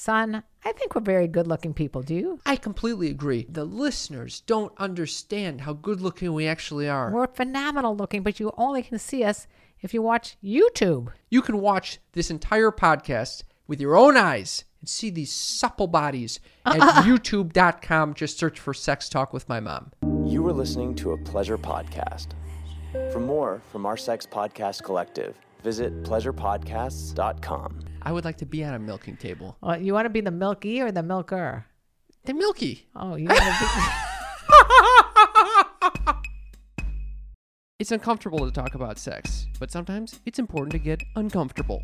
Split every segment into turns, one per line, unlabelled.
Son, I think we're very good looking people, do you?
I completely agree. The listeners don't understand how good looking we actually are.
We're phenomenal looking, but you only can see us if you watch YouTube.
You can watch this entire podcast with your own eyes and see these supple bodies at youtube.com. Just search for Sex Talk with My Mom.
You are listening to a pleasure podcast. For more from our sex podcast collective, visit pleasurepodcasts.com.
I would like to be on a milking table.
Well, you want to be the milky or the milker?
They're milky.
Oh, you want to be.
It's uncomfortable to talk about sex, but sometimes it's important to get uncomfortable.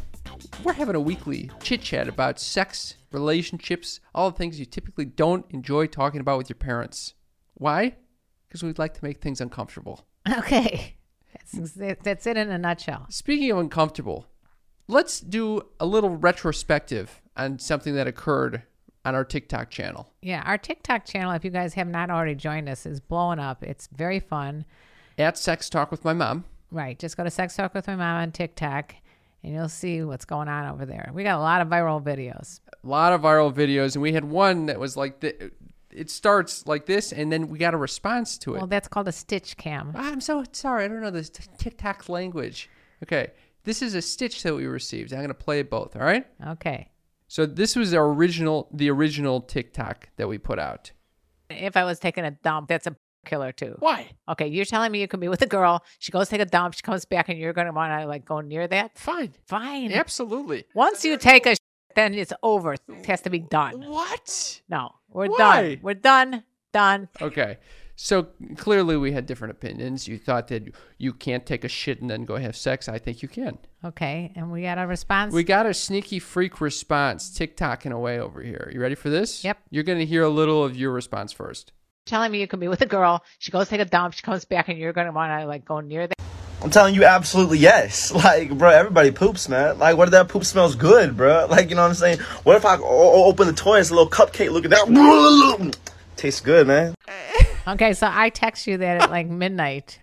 We're having a weekly chit chat about sex, relationships, all the things you typically don't enjoy talking about with your parents. Why? Because we'd like to make things uncomfortable.
Okay. That's, that's it in a nutshell.
Speaking of uncomfortable, let's do a little retrospective on something that occurred on our TikTok channel.
Yeah, our TikTok channel, if you guys have not already joined us, is blowing up. It's very fun.
At Sex Talk with My Mom.
Right. Just go to Sex Talk with My Mom on TikTok and you'll see what's going on over there. We got a lot of viral videos.
a lot of viral videos, and we had one that was like the, it starts like this, and then we got a response to it.
Well, that's called a stitch cam.
I'm so sorry, I don't know this t- TikTok language. Okay, this is a stitch that we received. I'm gonna play both. All right.
Okay.
So this was our original, the original TikTok that we put out.
If I was taking a dump, that's a killer too.
Why?
Okay, you're telling me you can be with a girl. She goes take a dump. She comes back, and you're going to want to like go near that.
Fine.
Fine.
Absolutely.
Once you take a, then it's over. It has to be done.
What?
No, we're
Why?
done. We're done. Done.
Okay. So clearly we had different opinions. You thought that you can't take a shit and then go have sex. I think you can.
Okay, and we got a response.
We got a sneaky freak response, TikToking away over here. You ready for this?
Yep.
You're going to hear a little of your response first.
telling me you can be with a girl. She goes take a dump. She comes back, and you're going to want to like go near that.
I'm telling you, absolutely yes. Like, bro, everybody poops, man. Like, what if that poop smells good, bro? Like, you know what I'm saying? What if I o- o- open the toy, it's a little cupcake looking that tastes good, man.
Okay, so I text you that at like midnight.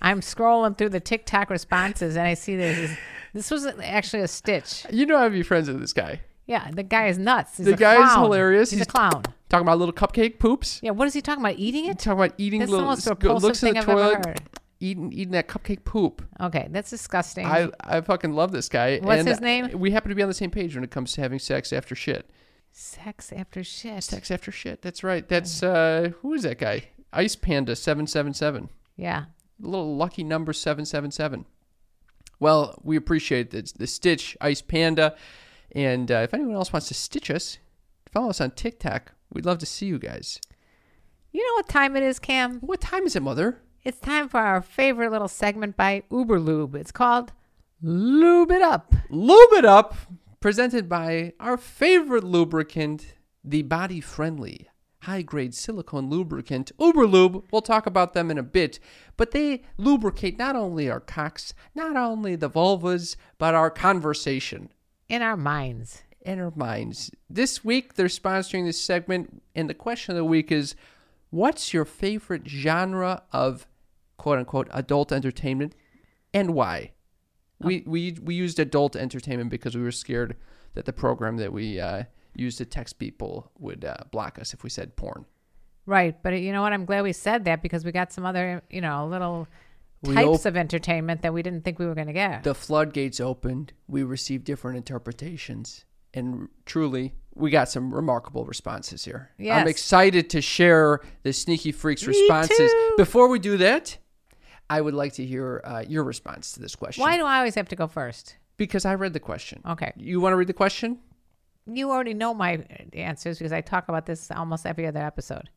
I'm scrolling through the TikTok responses, and I see this. Is, this was actually a stitch.
You know I'd be friends with this guy.
Yeah, the guy is nuts. He's
The
a
guy is
clown.
hilarious.
He's,
He's-
a clown.
Talking about little cupcake poops.
Yeah, what is he talking about? Eating it?
Talking about eating
That's the
little
most
go-
repulsive
looks
thing
in the
I've ever
toilet,
heard.
eating eating that cupcake poop.
Okay, that's disgusting.
I, I fucking love this guy.
Oh. What's
and
his name?
We happen to be on the same page when it comes to having sex after shit.
Sex after shit.
Sex after shit. That's right. That's uh who is that guy? Ice Panda seven seven seven.
Yeah.
little lucky number 777. Well, we appreciate the, the Stitch Ice Panda. And uh, if anyone else wants to stitch us, follow us on TikTok. We'd love to see you guys.
You know what time it is, Cam?
What time is it, Mother?
It's time for our favorite little segment by Uber Lube. It's called Lube It Up.
Lube It Up, presented by our favorite lubricant, the body friendly high grade silicone lubricant Uberlube. We'll talk about them in a bit, but they lubricate not only our cocks, not only the vulvas, but our conversation.
In our minds.
in our minds. This week, they're sponsoring this segment, and the question of the week is what's your favorite genre of quote unquote adult entertainment and why? We, we, we used adult entertainment because we were scared that the program that we uh, used to text people would uh, block us if we said porn.
Right. But uh, you know what? I'm glad we said that because we got some other, you know, little
We
types
op-
of entertainment that we didn't think we were going to get.
The floodgates opened, we received different interpretations, and truly, we got some remarkable responses here.
Yes.
I'm excited to share the Sneaky Freaks responses.
too.
Before we do that, I would like to hear uh, your response to this question.
Why do I always have to go first?
Because I read the question.
Okay.
You want to read the question?
You already know my uh, answers because I talk about this almost every other episode.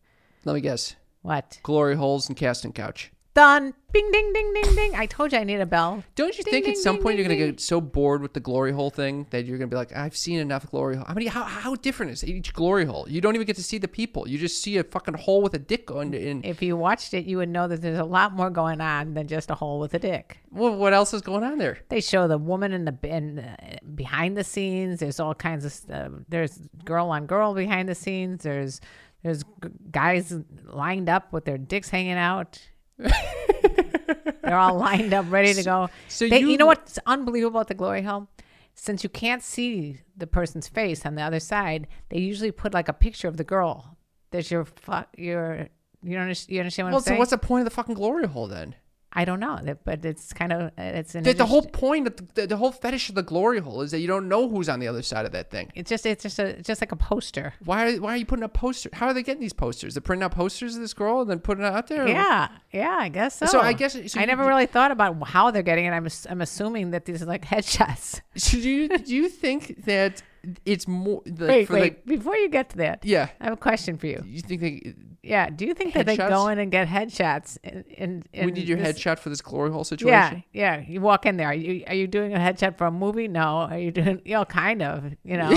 Let me guess.
What?
Glory holes and casting couch.
Done. Bing, ding, ding, ding, ding. I told you I need a bell.
Don't you
Ding,
think
ding,
at some
ding,
point
ding,
you're gonna
ding.
get so bored with the glory hole thing that you're gonna be like, I've seen enough glory hole. I mean, how how different is each glory hole? You don't even get to see the people. You just see a fucking hole with a dick on. In
If you watched it, you would know that there's a lot more going on than just a hole with a dick.
well, what else is going on there?
They show the woman in the in, uh, behind the scenes. There's all kinds of stuff. There's girl on girl behind the scenes. There's there's g- guys lined up with their dicks hanging out. They're all lined up, ready to go.
so
So they, you,
you-
know what's unbelievable at the glory hole? Since you can't see the person's face on the other side, they usually put like a picture of the girl. There's your fuck your. You don't understand, you understand what
Well,
I'm
so
saying?
what's the point of the fucking glory hole then?
I don't know, that- but it's kind of it's an
The, the
interest-
whole point, of the, the whole fetish of the glory hole is that you don't know who's on the other side of that thing.
It's just it's just a it's just like a poster.
Why are, why are you putting up posters? How are they getting these posters? They're printing out posters of this girl and then putting it out there?
Yeah, yeah, I guess so.
So I guess- so
I
you-
never really thought about how they're getting it. I'm ass- I'm assuming that these are like headshots.
Do you, do you think that it's more. The,
Wait,
for
wait,
like-
before you get to that,
yeah.
I have a question for you.
You think they,
Yeah, do you think that they
Headshots?
go in and get headshots? And, and,
we need your headshot for this glory hole situation?
Yeah, yeah. You walk in there. Are you are you doing a headshot for a movie? No. Are you doing? You know, kind of. You know,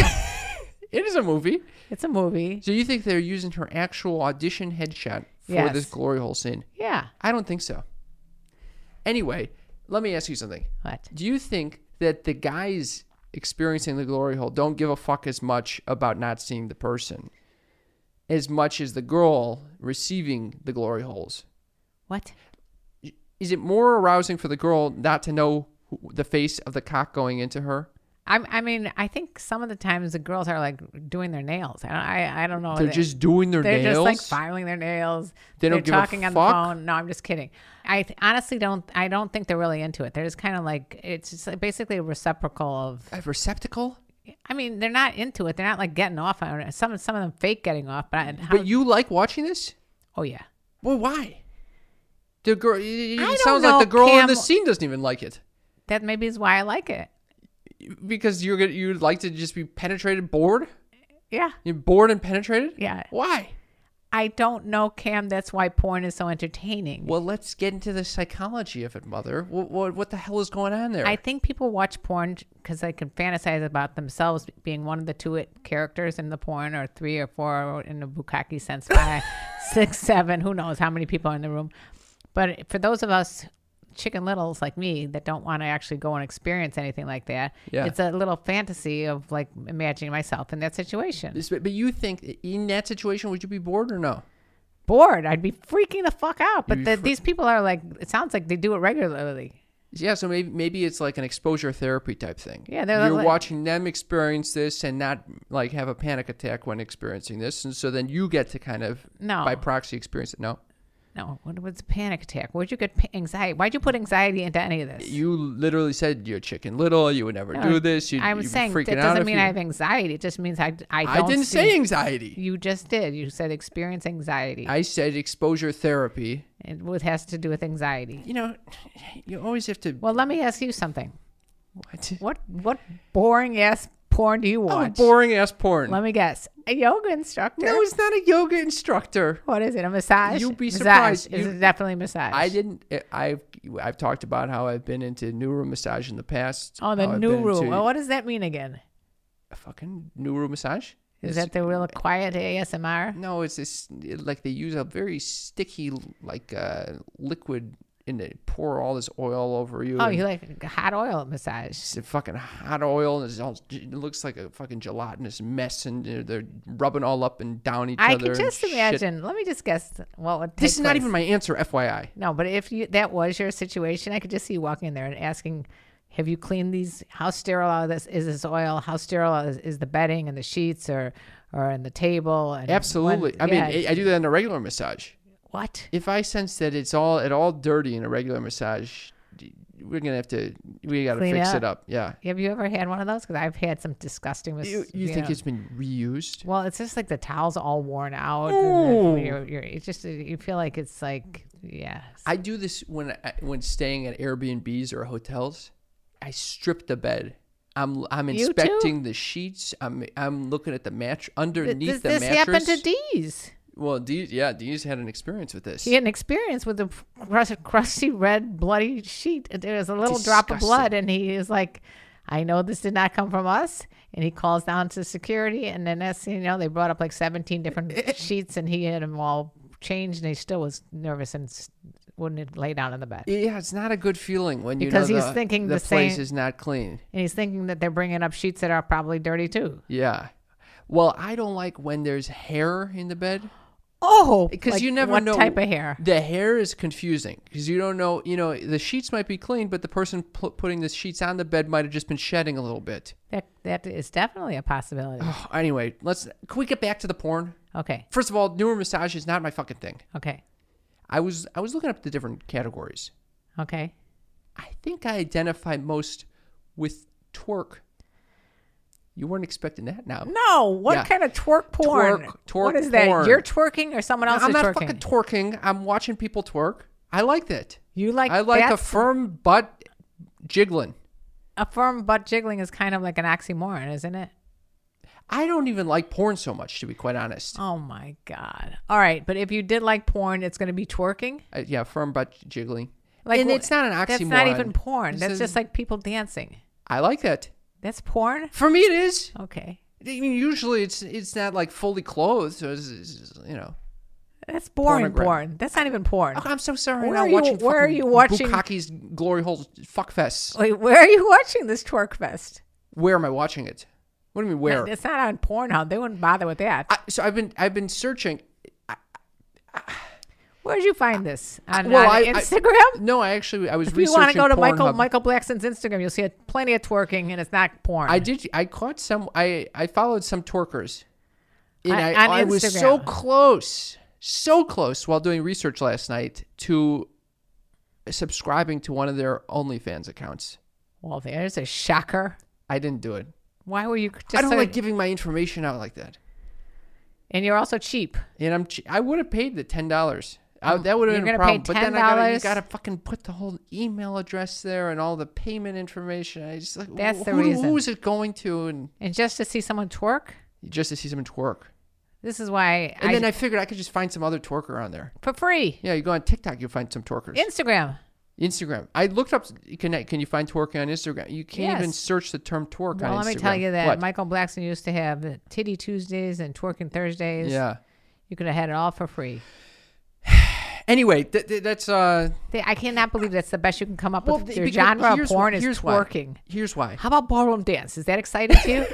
It is a movie.
it's a movie.
So you think they're using her actual audition headshot for
Yes.
this glory hole scene?
Yeah.
I don't think so. Anyway, let me ask you something.
What?
Do you think that the guys experiencing the glory hole don't give a fuck as much about not seeing the person as much as the girl receiving the glory holes?
What?
Is it more arousing for the girl not to know who, the face of the cock going into her?
I I mean I think some of the times the girls are like doing their nails. I don't, I, I don't know.
They're
They-
just doing their
They're
nails.
just like filing their nails.
They don't
are
give a
talking on
fuck?
the phone. No, I'm just kidding. I th- honestly don't. I don't think they're really into it. They're just kind of like it's just like basically a reciprocal of.
a receptacle?
I mean, they're not into it. They're not like getting off on it. Some some of them fake getting off, but, I, how,
But you like watching this?
oh yeah,
Well, why? The girl. It, it
don't
sounds
know,
like the girl in
Cam.
the scene doesn't even like it
that maybe is why I like it.
because you're gonna you'd like to just be penetrated, bored,
Yeah,
you're bored and penetrated.
Yeah.
Why?
I don't know, Cam. That's why porn is so entertaining.
Well, let's get into the psychology of it, mother. What what, what the hell is going on there?
I think people watch porn because they can fantasize about themselves being one of the two it- characters in the porn, or three, or four, or in the bukkake sense, five, six, seven. Who knows how many people are in the room? But for those of us chicken littles like me that don't want to actually go and experience anything like that,
Yeah.
it's a little fantasy of like imagining myself in that situation.
This- but but you think in that situation would you be bored or no?
Bored, I'd be freaking the fuck out.
You'd
But
be
the, these people are like, it sounds like they do it regularly.
Yeah, so maybe maybe it's like an exposure therapy type thing.
Yeah, they're
you're
like-
watching them experience this and not like have a panic attack when experiencing this, and so then you get to kind of
No.
by proxy experience it. No,
No, what was a panic attack? Where'd you get pa- anxiety? Why'd you put anxiety into any of this?
you literally said you're chicken little. You would never
No,
do this. You,
I
you'd
was
be
saying
freaking
that
out
doesn't
if
mean
you-
I have anxiety. It just means I I
I
don't
didn't
see-
say anxiety.
You just did. You said experience anxiety.
I said exposure therapy.
it would- has to do with anxiety.
You know, you always have to.
Well, let me ask you something.
what?
What what boring ass porn do you
Oh,
watch?
boring ass porn.
Let me guess. A yoga instructor.
no, it's not a yoga instructor.
what is it? A massage?
You'd be
Massage.
surprised.
Is
You-
it definitely massage?
I didn't. eh, I've I've talked about how I've been into neuro massage in the past.
Oh, the
how I've
new
been
room.
into
Well, what does that mean again?
Fucking neuro massage.
Is that the real quiet ASMR?
No, it's this like they use a very sticky like uh, liquid and they pour all this oil over you.
Oh,
and
you like hot oil massage?
it's a fucking hot oil and it's all, it looks like a fucking gelatinous mess and they're, they're rubbing all up and down each
I
other.
can
and
just
shit.
imagine. Let me just guess what would.
This
take
is not
place.
even my answer, FYI.
No, but if you that was your situation, I could just see you walking in there and asking, "Have you cleaned these? How sterile are this? Is this oil? How sterile is, is the bedding and the sheets or or and the table?" And when-
Absolutely. I
yeah.
mean, I, I do that in a regular massage.
what?
If I sense that it's all at all dirty in a regular massage, d- we're gonna have to we gotta
Clean
fix
up.
it up. Yeah.
Have you ever had one of those? Because I've had some disgusting. Mis-
You, you think
know.
it's been reused?
well? It's just like the towels all worn out. and then you're, you're, it's just you feel like it's like yeah.
I do this when I, when staying at Airbnbs or hotels. I strip the bed. I'm I'm
You too?
inspecting the sheets. I'm I'm looking at the match
Does
underneath the
this
mattress.
happen to D's?
Well, Dee, yeah, Dee's had an experience with this.
She had an experience with a crust, crusty red bloody sheet. There was a little drop of blood, and he is like, "I know this did not come from us." And he calls down to security, and then that's you know they brought up like seventeen different sheets, and he had them all changed, and he still was nervous and s- wouldn't lay down in the bed.
Yeah, it's not a good feeling when you
Because
know
he's
the,
thinking
the,
the
place
same-
is not clean.
And he's thinking that they're bringing up sheets that are probably dirty too.
Yeah. Well, I don't like when there's hair in the bed
Oh,
because
like,
you never
what
know
type of hair.
The hair is confusing because you don't know. You know, the sheets might be clean, but the person pu- putting the sheets on the bed might have just been shedding a little bit.
That that is definitely a possibility.
Oh, anyway, let's. Can we get back to the porn?
Okay,
First of all, newer massage is not my fucking thing.
okay,
I was I was looking up the different categories.
okay.
I think I identify most with twerk. You weren't expecting that now.
No, what
Yeah.
kind of twerk porn?
Twerk- twerk
what is that?
porn.
You're twerking or someone else
I'm
is
not
twerking?
fucking twerking. I'm watching people twerk. I like that.
you like
I like a
that's-
firm butt jiggling.
a firm butt jiggling is kind of like an oxymoron, isn't it?
I don't even like porn so much, to be quite honest.
Oh my god! All right, but if you did like porn, it's going to be twerking.
Uh, yeah, firm butt jiggling.
Like
and
wh-
it's not an oxymoron.
That's not even porn.
This
That's
is-
just like people dancing.
I like that.
That's porn.
For me, it is.
Okay,
I mean, usually, it's it's not like fully clothed. So it's, it's- you know.
that's boring
Pornograph.
porn. That's not even porn.
Oh, I'm so sorry.
Where
I'm
are
not
you-
watching.
where are
fucking
you watching-
Bukkake's glory hole fuck fest.
Wait, where are you watching this twerk fest?
Where am I watching it? What do you mean where?
It's not on Pornhub. They wouldn't bother with that.
I, so I've been I've been searching.
Where'd you find this on,
well,
on
I- I-
Instagram?
No, I actually I was
if you
researching.
want to go to Michael
Pornhub.
Michael Blackson's Instagram, you'll see a, plenty of twerking, and it's not porn.
I did. I caught some. I I followed some twerkers, and
On-
I,
on
I was so
Instagram.
close, so close while doing research last night to subscribing to one of their OnlyFans accounts.
Well, there's a shocker.
I didn't do it.
Why were you? Just
I don't
so-
like giving my information out like that.
and you're also cheap.
And I'm che- I would have paid the ten dollars. that would
Um,
have
you're
been a
gonna pay
problem. But then I gotta, you
$10?
gotta fucking put the whole email address there and all the payment information. I just like
That's the
who,
reason.
Who is it going to? And
And just to see someone twerk,
just to see someone twerk.
this is why
And
I,
then I figured I could just find some other twerker on there.
for free
Yeah, you go on TikTok, you'll find some twerkers.
Instagram.
Instagram. I looked up. Can I, can you find twerking on Instagram? You can't even
Yes.
search the term twerk
Well,
on Instagram.
let me tell you that
What?
Michael Blackson used to have the Titty Tuesdays and Twerking Thursdays.
Yeah.
you could have had it all for free.
Anyway, th- th- that's uh.
They, I cannot believe that's the best you can come up
Well,
with.
th-
Your
because
genre of
here's wh-
porn is
here's why.
twerking.
Here's why.
How about ballroom dance? Is that exciting to you?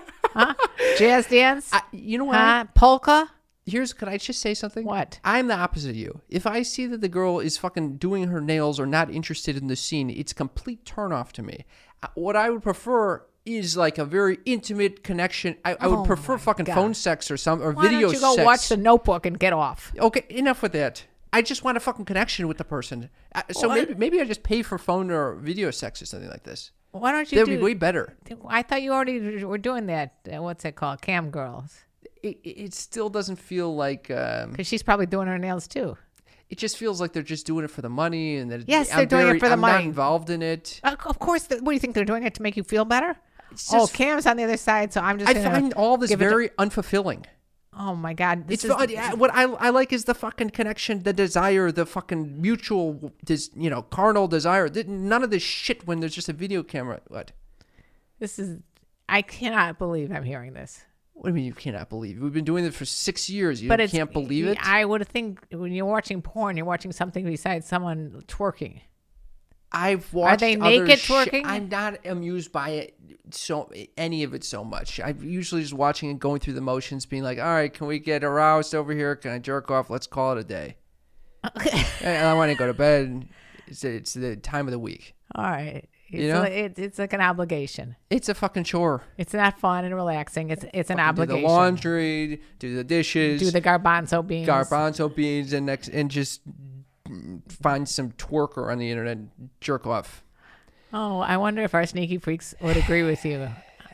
huh? Jazz dance?
I, you know what?
huh? Polka?
here's could I just say something?
What?
I'm the opposite of you. If I see that the girl is fucking doing her nails or not interested in the scene, it's complete turnoff to me. Uh, What I would prefer is like a very intimate connection. I, I would
Oh
prefer
my
fucking
God.
phone sex or some or
Why
video
don't you go
sex.
watch The Notebook and get off?
okay, enough with that. I just want a fucking connection with the person. Uh, So maybe maybe I just pay for phone or video sex or something like this.
Why don't you
That would
do?
be way better.
I thought you already were doing that. Uh, what's it called? Cam girls,
It, it it still doesn't feel like um,
because she's probably doing her nails too.
it just feels like they're just doing it for the money and that
Yes,
I'm
they're doing it
very-
for the
I'm not
money.
involved in it.
Uh, of course. th- what do you think they're doing it to make you feel better? oh,
just-
Cam's on the other side, so I'm just.
I
gonna
find all this
give it to-
very unfulfilling.
oh my god! This
It's
is,
fu- I- what I, I like is the fucking connection, the desire, the fucking mutual, des, you know, carnal desire. Th- None of this shit when there's just a video camera. What?
this is. I cannot believe I'm hearing this.
What do you mean you cannot believe? We've been doing this for six years. You
But it's,
can't believe it. I,
I would think when you're watching porn, you're watching something besides someone twerking.
have watched.
they
other
naked
shi-
twerking?
I'm not amused by it. So any of it so much. I'm usually just watching and going through the motions, being like, "All right, can we get aroused over here? Can I jerk off? Let's call it a day." and I want to go to bed. It's, it's the time of the week.
All right. It's,
know?
li- it, it's like an obligation.
It's a fucking chore.
It's not fun and relaxing. It's it's an obligation.
Do the laundry, do the dishes,
Do the garbanzo beans.
garbanzo beans, and next and just find some twerker on the internet, and jerk off.
oh, I wonder if our sneaky freaks would agree with you.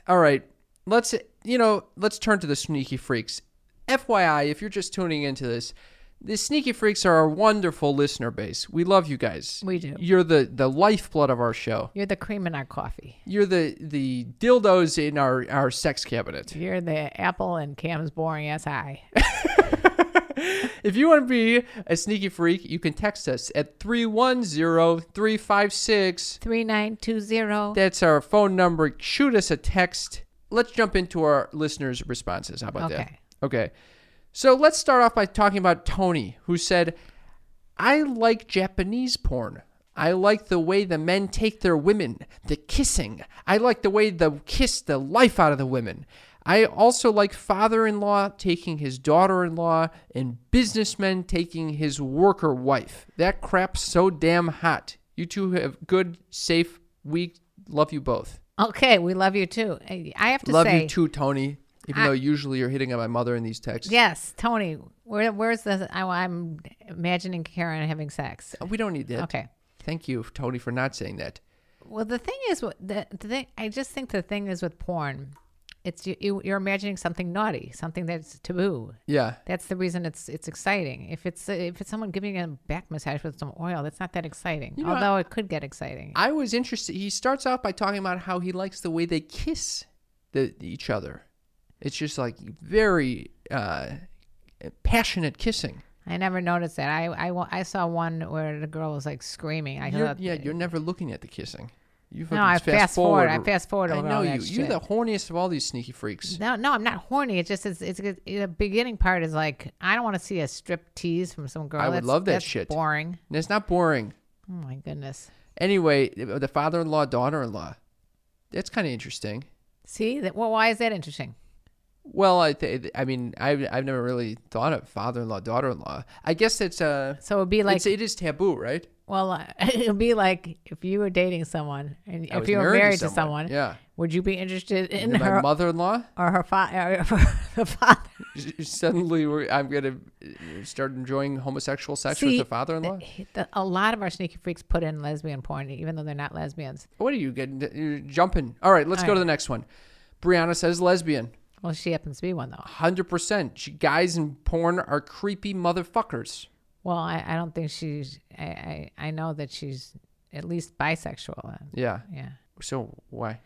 All right, let's you know, let's turn to the sneaky freaks. FYI, if you're just tuning into this, the sneaky freaks are our wonderful listener base. We love you guys.
We do.
You're the the lifeblood of our show.
You're the cream in our coffee.
You're the the dildos in our our sex cabinet.
You're the apple and Cam's boring ass eye.
If you want to be a sneaky freak, you can text us at 310-356.
3920.
That's our phone number. Shoot us a text. Let's jump into our listeners' responses. How about
Okay.
that? Okay. So let's start off by talking about Tony, who said, I like Japanese porn. I like the way the men take their women, the kissing. I like the way they kiss the life out of the women. I also like father in law taking his daughter in law and businessmen taking his worker wife. That crap's so damn hot. You two have good, safe week. Love you both.
Okay, we love you too. I I have to
Love
say,
you too, Tony. Even though usually you're hitting on my mother in these texts.
yes, Tony, where, where's the? I, I'm imagining Karen having sex.
Oh, We don't need that.
Okay.
Thank you, Tony, for not saying that.
Well, the thing is, with- the, the thing I just think the thing is with porn, it's you, you, you're imagining something naughty, something that's taboo.
Yeah.
That's the reason it's it's exciting. If it's if it's someone giving a back massage with some oil, that's not that exciting.
know,
Although it could get exciting.
I was interested. He starts out by talking about how he likes the way they kiss the, each other. It's just like very uh, passionate kissing.
I never noticed that. I, I, wa- I saw one where the girl was like screaming. I
You're,
thought,
yeah, you're never looking at the kissing. You fucking
I fast forward- I
or-
fast forward
I
over
know
all
you.
that
You're the
shit.
horniest of all these sneaky freaks.
No, no, I'm not horny. It's just it's, it's, it's the beginning part is like I don't want to see a strip tease from some girl.
I would
That's-
love that
that's
shit.
Boring.
And it's not boring.
Oh my goodness.
Anyway, the father-in-law, daughter-in-law. That's kind of interesting.
See that? Well, why is that interesting?
Well, I, th- I mean, I've, I've never really thought of father-in-law, daughter-in-law. I guess it's uh,
So it'd be like,
it's, it is taboo, right?
well, uh, it'd be like if you were dating someone and
I
if
was
you were married to someone,
yeah.
would you be interested in
And my
her
mother-in-law
or her father? the father?
suddenly we're, I'm gonna uh, start enjoying homosexual sex with
See,
her father-in-law.
the- a lot of our sneaky freaks put in lesbian porn, even though they're not lesbians.
What are you getting? You're jumping. All right, let's go to the next one. Brianna says lesbian.
Well, she happens to be one though.
Hundred percent. She Guys in porn are creepy motherfuckers.
Well, I, I don't think she's. I, I I know that she's at least bisexual.
Yeah.
Yeah.
So why?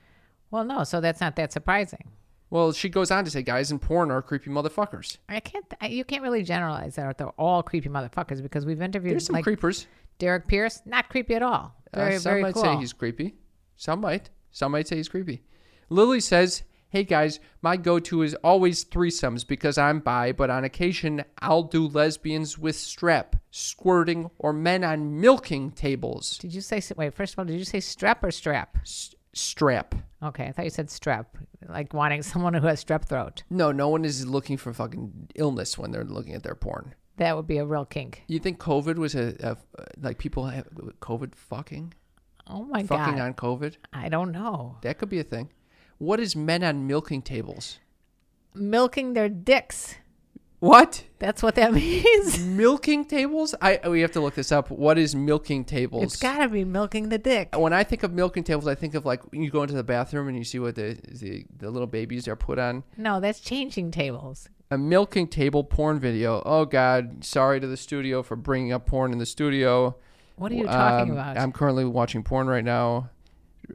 Well, no, so that's not that surprising.
Well, she goes on to say, guys in porn are creepy motherfuckers.
I can't. I, you can't really generalize that they're all creepy motherfuckers because we've interviewed
There's some
like
creepers.
Derek Pierce, not creepy at all. Very
uh, some
very
might
cool.
say he's creepy. Some might. Some might say he's creepy. Lily says, "Hey guys, my go-to is always threesomes because I'm bi, but on occasion I'll do lesbians with strep, squirting, or men on milking tables.
did you say wait? First of all, did you say strep or strep?
S- strep.
Okay, I thought you said strep, like wanting someone who has strep throat.
No, no one is looking for fucking illness when they're looking at their porn.
That would be a real kink.
You think COVID was a, a uh, like people have COVID fucking,
Oh my
fucking
god,
on COVID?
I don't know.
That could be a thing. What is men on milking tables?
Milking their dicks.
What?
That's what that means.
milking tables i we have to look this up what is milking tables Oh.
it's gotta be milking the dick.
when i think of milking tables i think of like when you go into the bathroom and you see what the the, the little babies are put on
No, that's changing tables.
a milking table porn video oh god sorry to the studio for bringing up porn in the studio
What are you talking
Um,
about?
i'm currently watching porn right now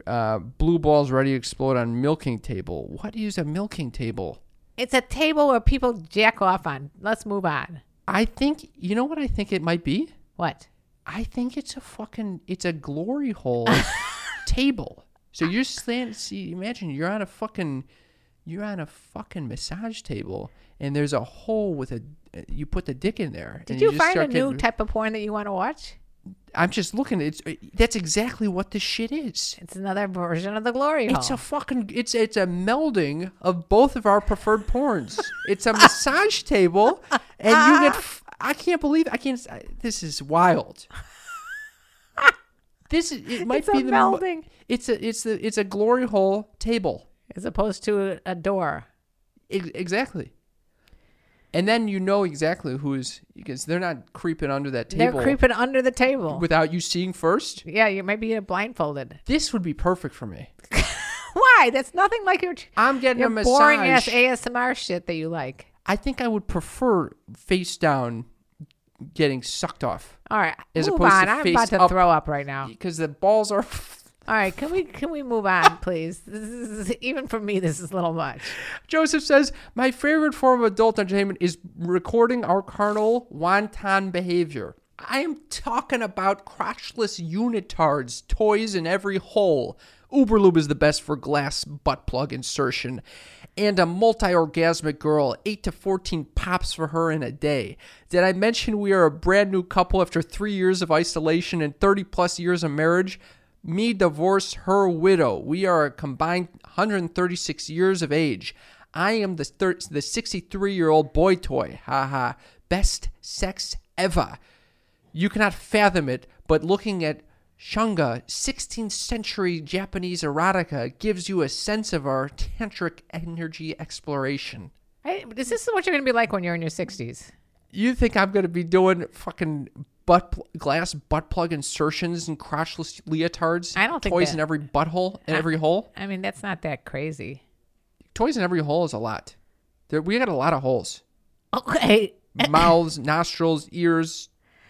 uh, blue balls ready to explode on milking table what is a milking table
it's a table where people jack off on. Let's move on.
i think you know what i think it might be
What?
I think it's a fucking it's a glory hole table. So you're stand see imagine you're on a fucking you're on a fucking massage table and there's a hole with a you put the dick in there.
Did
and
you,
just
find a new
start getting-
type of porn that you want to watch?
I'm just looking. It's that's exactly what this shit is.
It's another version of the glory hole.
It's a fucking it's it's a melding of both of our preferred porns. it's a massage table, and you get. F- I can't believe I can't. I- this is wild. this is it might
It's a
be the mo-
melding.
It's a it's the it's a glory hole table.
as opposed to a door.
Ex exactly. And then you know exactly who's because they're not creeping under that
They're
table
creeping under the table.
without you seeing first.
yeah, you maybe you're blindfolded.
This would be perfect for me.
Why? That's nothing like your
I'm getting
your
a massage.
boring ass ASMR shit that you like.
I think I would prefer face down getting sucked off
All right,
As
move
opposed
on.
to
I'm
face
about to
up.
throw up right now.
because the balls are
All right, can we can we move on, please? This is, even for me, this is a little much.
Joseph says, My favorite form of adult entertainment is recording our carnal, wanton behavior. I am talking about crotchless unitards, toys in every hole. Uberlube is the best for glass butt plug insertion. And a multi orgasmic girl, 8 to 14 pops for her in a day. Did I mention we are a brand new couple after three years of isolation and 30 plus years of marriage? Me divorce her widow. We are a combined 136 years of age. I am the thir- the 63 year old boy toy. Haha. Best sex ever. You cannot fathom it, but looking at Shunga, 16th century Japanese erotica, gives you a sense of our tantric energy exploration.
I, is this what you're going to be like when you're in your 60s?
You think I'm gonna be doing fucking butt pl- glass butt plug insertions and crotchless leotards?
I don't think
toys
that-
in every butthole in every hole.
I mean, that's not that crazy.
Toys in every hole is a lot. There, we got a lot of holes.
Okay.
Mouths, nostrils, ears.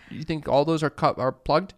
You think all those are cut are plugged?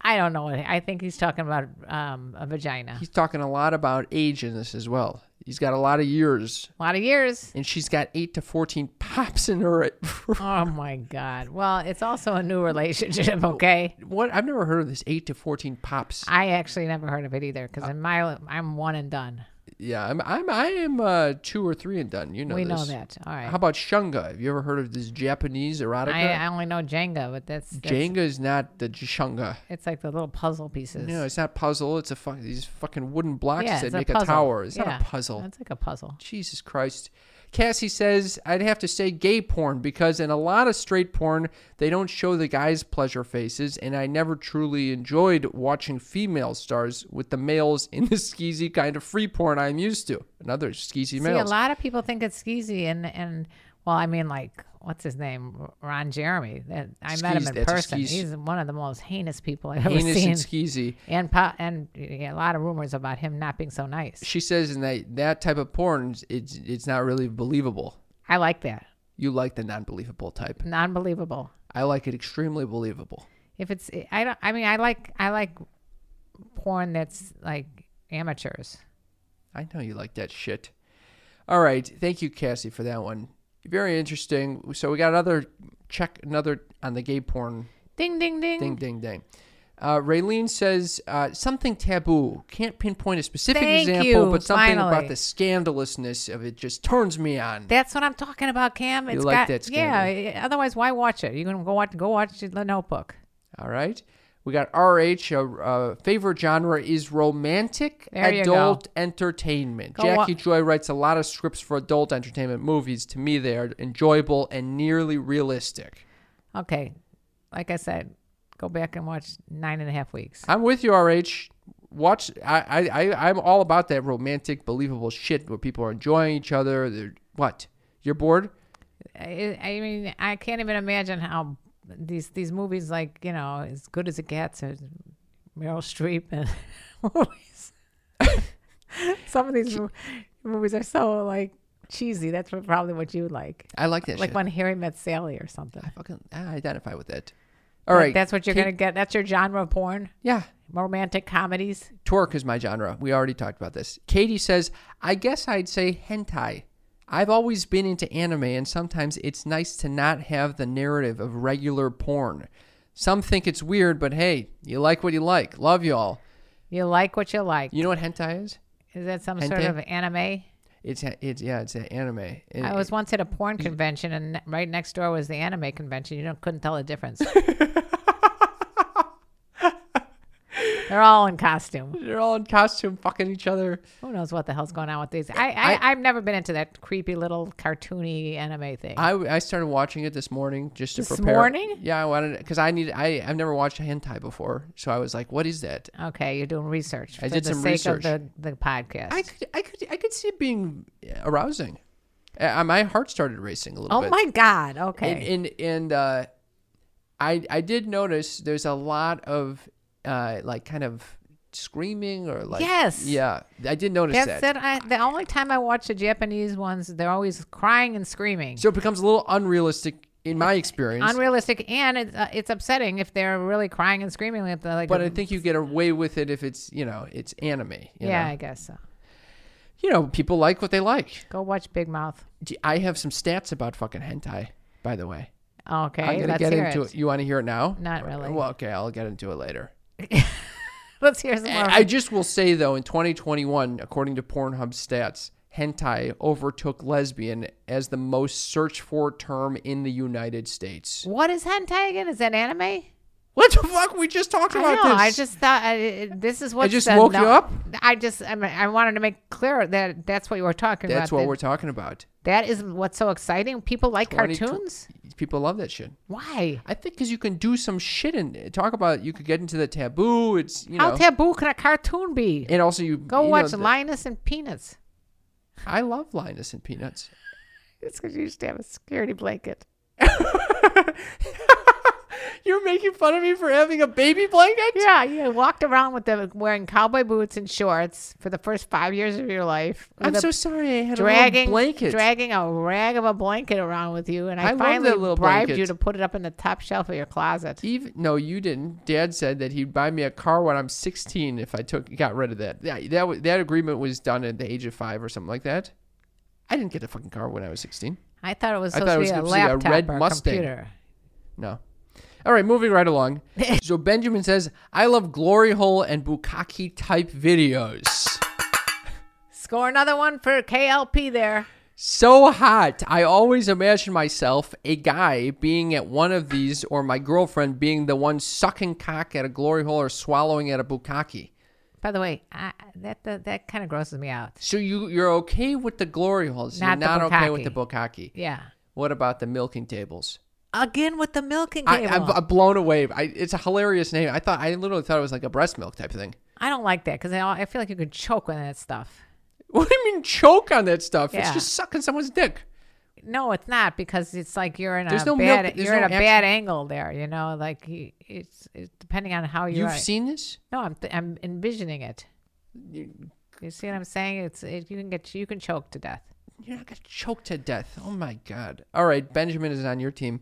I don't know. I think he's talking about um, a vagina.
He's talking a lot about age in this as well. He's got a lot of years,
A lot of years.
and she's got eight to fourteen pops in her.
Oh my God. Well, it's also a new relationship, okay?
what I've never heard of this eight to fourteen pops.
I actually never heard of it either
Uh,
because in my I'm one and done.
Yeah, I'm I'm I am uh, two or three and done. You know
we know
this.
that. All
How
right.
about Shunga? Have you ever heard of this Japanese erotica?
I, I only know Jenga, but that's, that's
Jenga is not the Shunga.
It's like the little puzzle pieces.
No, it's not puzzle. It's a fuck these fucking wooden blocks
yeah,
that
it's
make
a,
a,
puzzle.
tower. It's not
Yeah,
a puzzle.
It's like a puzzle.
Jesus Christ. Cassie says, I'd have to say gay porn because in a lot of straight porn, they don't show the guys' pleasure faces, and I never truly enjoyed watching female stars with the males in the skeezy kind of free porn I'm used to. Another skeezy
See, a
males.
lot of people think it's skeezy, and and well, I mean, like what's his name, R- Ron Jeremy. That I met
Skeez,
him in
that's a
person.
skeez.
He's one of the most heinous people I've ever
Heinous
seen.
and skeezy.
and po- and yeah, a lot of rumors about him not being so nice.
She says in that that type of porn, it's it's not really believable.
I like that.
You like the non-believable type.
Non-believable.
I like it extremely believable.
If it's I don't. I mean, I like I like porn that's like amateurs.
I know you like that shit. All right, thank you, Cassie, for that one. Very interesting. So we got another check, another on the gay porn.
Ding ding ding.
Ding, ding, ding. Uh, Raylene says uh, something taboo. Can't pinpoint a specific
Thank
example,
you,
but something
finally.
about the scandalousness of it just turns me on.
That's what I'm talking about, Cam. It's got,
like that
yeah. i- Otherwise, why watch it? You can go watch go watch the Notebook.
All right. We got RH. Uh, uh, favorite genre is romantic
There you
adult entertainment.
Go
Jackie
wa-
Joy writes a lot of scripts for adult entertainment movies. To me, they are enjoyable and nearly realistic.
Okay, like I said, go back and watch Nine and a Half Weeks.
I'm with you, RH. Watch. I, I, I, I'm all about that romantic, believable shit where people are enjoying each other. They're, what? You're bored?
I, I mean, I can't even imagine how these these movies, like you know, as good as it gets, or Meryl Streep and movies. Some of these mo- movies are so like cheesy. That's what, probably what you like,
I like that
like
shit.
when Harry met Sally or something.
Fucking, I identify with that. All right.
that's what you're
Kate-
gonna get. That's your genre of porn,
Yeah.
romantic comedies.
Twerk is my genre. We already talked about this. Katie says, I guess I'd say hentai. I've always been into anime, and sometimes it's nice to not have the narrative of regular porn. Some think it's weird, but hey, you like what you like. Love y'all.
You like what you like.
You know what hentai is?
Is that some sort
Hentai?
of anime?
It's it's yeah, it's an anime. And
I was once at a porn convention, and ne- right next door was the anime convention. You don't, couldn't tell the difference. They're all in costume.
they're all in costume, fucking each other.
Who knows what the hell's going on with these? I, I, I have never been into that creepy little cartoony anime thing.
I, I started watching it this morning just to
This
prepare.
morning?
Yeah, I wanted because I need I I've never watched hentai before, so I was like, what is that?
okay, you're doing research.
I
for
did
the
some
sake
research.
of the, the podcast.
I could, I could, I could see it being arousing. Uh, my heart started racing a little
oh
bit.
my god. Okay.
And and, and uh, I I did notice there's a lot of uh, like kind of screaming or like
Yes.
yeah I did notice
that's
that.
it. I, the only time I watch the Japanese ones, they're always crying and screaming.
So it becomes a little unrealistic in my experience.
unrealistic and it's, uh, it's upsetting if they're really crying and screaming at the like
but I think you get away with it if it's you know it's anime. you
yeah
know?
i guess so
you know people like what they like.
go watch big mouth
D- I have some stats about fucking hentai, by the way.
okay
I'm gonna
let's
get
hear
into it.
it.
You want to hear it now?
Not really.
Well, okay, I'll get into it later.
let's hear some more
Eh, I I just will say though, in 2021, according to Pornhub stats, hentai overtook lesbian as the most searched for term in the United States.
what is hentai again is that anime
What the fuck? We just talked
I
about
know.
this.
I just thought I, it- this is what
just
the-
woke you up?
I just I, mean, I wanted to make clear that that's what you were talking
That's
about.
what
that-
we're talking about.
That is what's so exciting. People like
20
cartoons.
People love that shit.
Why?
I think because you can do some shit and talk about. You could get into the taboo. It's you
How
know,
taboo can a cartoon be?
and also you
Go
you know,
watch
the-
Linus and Peanuts.
I love Linus and Peanuts.
It's because you used to have a security blanket.
You're making fun of me for having a baby blanket.
Yeah, you walked around with the wearing cowboy boots and shorts for the first five years of your life.
I'm
with a-
so sorry. I had a
dragging
little blanket.
dragging a rag of a blanket around with you, and
I
I,
love that
finally
little
bribed
blanket.
you to put it up in the top shelf of your closet.
Even no, you didn't. Dad said that he'd buy me a car when I'm 16 if I took got rid of that. Yeah, that wa- that agreement was done at the age of five or something like that. I didn't get the fucking car when I was 16.
I thought it was
I
supposed
thought it
to
was
be a
supposed to be a
laptop
red
or a
Mustang.
computer.
No. All right, moving right along. so Benjamin says, "I love glory hole and bukkake type videos.
Score another one for KLP there.
So hot. I always imagine myself a guy being at one of these, or my girlfriend being the one sucking cock at a glory hole or swallowing at a bukkake."
By the way, I, that that, that kind of grosses me out.
So you you're okay with the glory holes.
Not
you're
the
not okay with the
bukkake.
bukkake.
Yeah.
What about the milking tables?
Again with the milking
I,
table. I,
I'm, I'm blown away. I, it's a hilarious name. I thought I literally thought it was like a breast milk type thing.
don't like that because I, I feel like you could choke on that stuff.
What do you mean choke on that stuff? It's
Yeah.
just sucking someone's dick.
No, it's not because it's like you're in
There's
a
no milk-
bad
there's
you're in
no
a
action.
bad angle there. You know, like you- it's, it's depending on how you're.
You've seen this?
No, I'm th- I'm envisioning it. You see what I'm saying? It's it, you can get you can choke to death.
You're not gonna choke to death. Oh my god. All right, Benjamin is on your team.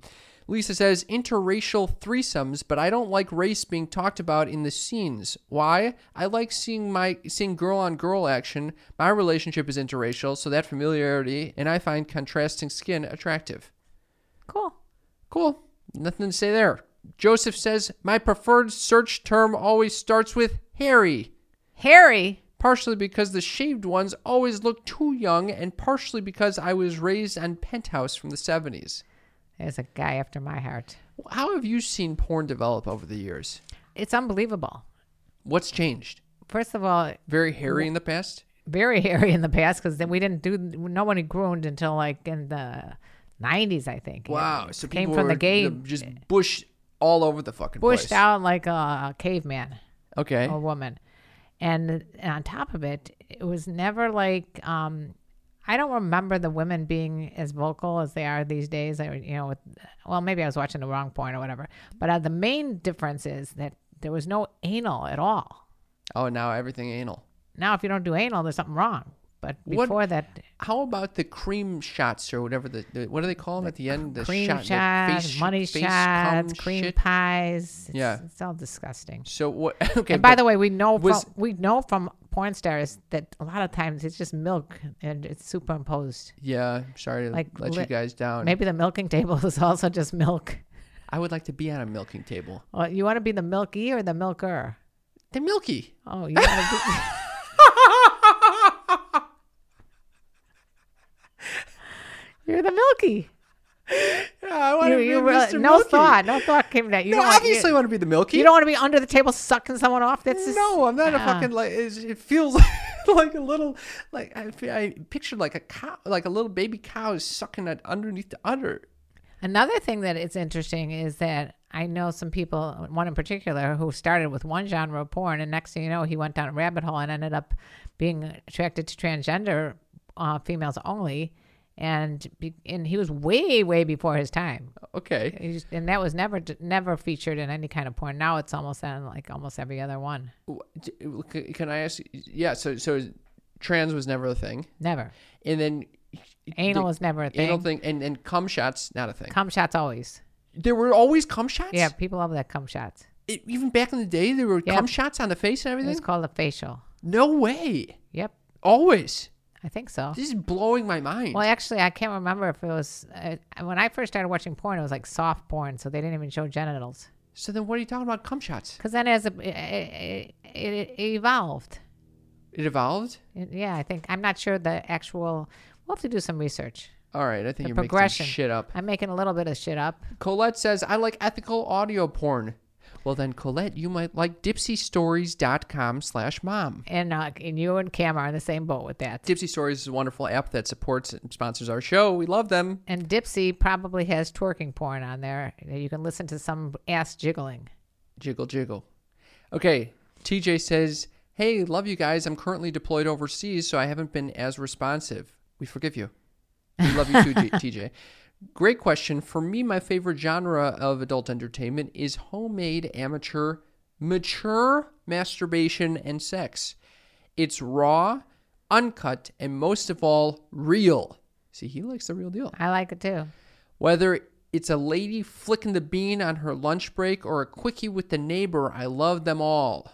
Lisa says interracial threesomes, but I don't like race being talked about in the scenes. Why? I like seeing my seeing girl on girl action. My relationship is interracial, so that familiarity and I find contrasting skin attractive.
Cool.
Cool. Nothing to say there. Joseph says my preferred search term always starts with hairy
Harry.
partially because the shaved ones always look too young, and partially because I was raised on Penthouse from the 70s.
There's a guy after my heart.
How have you seen porn develop over the years?
It's unbelievable.
What's changed?
First of all,
Very hairy in the past?
very hairy in the past because then we didn't do nobody groomed until like in the 90s, I think.
Wow.
It
So people
came from
were
the gay,
the- just bush all over the fucking
pushed
place.
out like a caveman.
Okay.
a woman. And on top of it, it was never like um, I don't remember the women being as vocal as they are these days. I, you know, with, well, maybe I was watching the wrong porn or whatever. But uh, the main difference is that there was no anal at all.
Oh, now everything anal.
Now, if you don't do anal, there's something wrong. But
What-
before that,
How about the cream shots or whatever the, the what do they call them at the end? The
cream
shot- the
shots,
face-
money
face
shots,
cum
cream
shit?
pies. It's,
Yeah.
it's all disgusting.
So what? Okay.
And by
but-
the way, we know
was-
from we know from porn stars that a lot of times it's just milk and it's superimposed.
yeah, sorry to
like,
let you
li-
guys down.
Maybe the milking table is also just milk.
I would like to be on a milking table.
Well, you want to be the milky or the milker?
The milky.
Oh, you want to be. You're the milky.
I want
You, you really- no thought, no thought came to that. You
No,
don't want-
obviously I
you,
want to be the milky.
you don't want to be under the table sucking someone off. That's just,
No, I'm not a
Ah.
fucking like. it's- It feels like, like a little like I, fe- I pictured like a cow, like a little baby cow is sucking it underneath the udder.
Another thing that is interesting is that I know some people, one in particular, who started with one genre of porn, and next thing you know, he went down a rabbit hole and ended up being attracted to transgender uh, females only, and be, and he was way way before his time,
Okay,
He's- and that was never never featured in any kind of porn. Now it's almost on like almost every other one.
W- d- can I ask? Yeah, so so trans was never a thing,
Never.
and then
Anal was never a thing.
Anal thing and, and cum shots, not a thing.
Cum shots always.
There were always cum shots.
Yeah, people love that cum shots.
E- even back in the day, there were
Yeah.
cum shots on the face and everything.
It's called a facial.
No way.
Yep,
Always.
I think so.
This is blowing my mind.
Well, actually, I can't remember if it was uh, when I first started watching porn. It was like soft porn, so they didn't even show genitals.
so then, what are you talking about? Cum shots.
Because then, as a, it, it, it evolved.
It evolved.
It- yeah, I think I'm not sure the actual. We'll have to do some research.
All right, I think
The
you're making
progression.
some shit up.
I'm making a little bit of shit up.
Colette says, I like ethical audio porn. Well, then, Colette, you might like dipsystories.com slash mom.
And uh, and you and Cam are in the same boat with that.
Dipsy Stories is a wonderful app that supports and sponsors our show. We love them.
And Dipsy probably has twerking porn on there. You can listen to some ass jiggling.
Jiggle, jiggle. Okay, TJ says, Hey, love you guys. I'm currently deployed overseas, so I haven't been as responsive. We forgive you. We love you too, G- TJ. Great question. For me, my favorite genre of adult entertainment is homemade, amateur, mature masturbation and sex. It's raw, uncut, and most of all, real. See, he likes the real deal.
I like it too.
Whether it's a lady flicking the bean on her lunch break or a quickie with the neighbor, I love them all.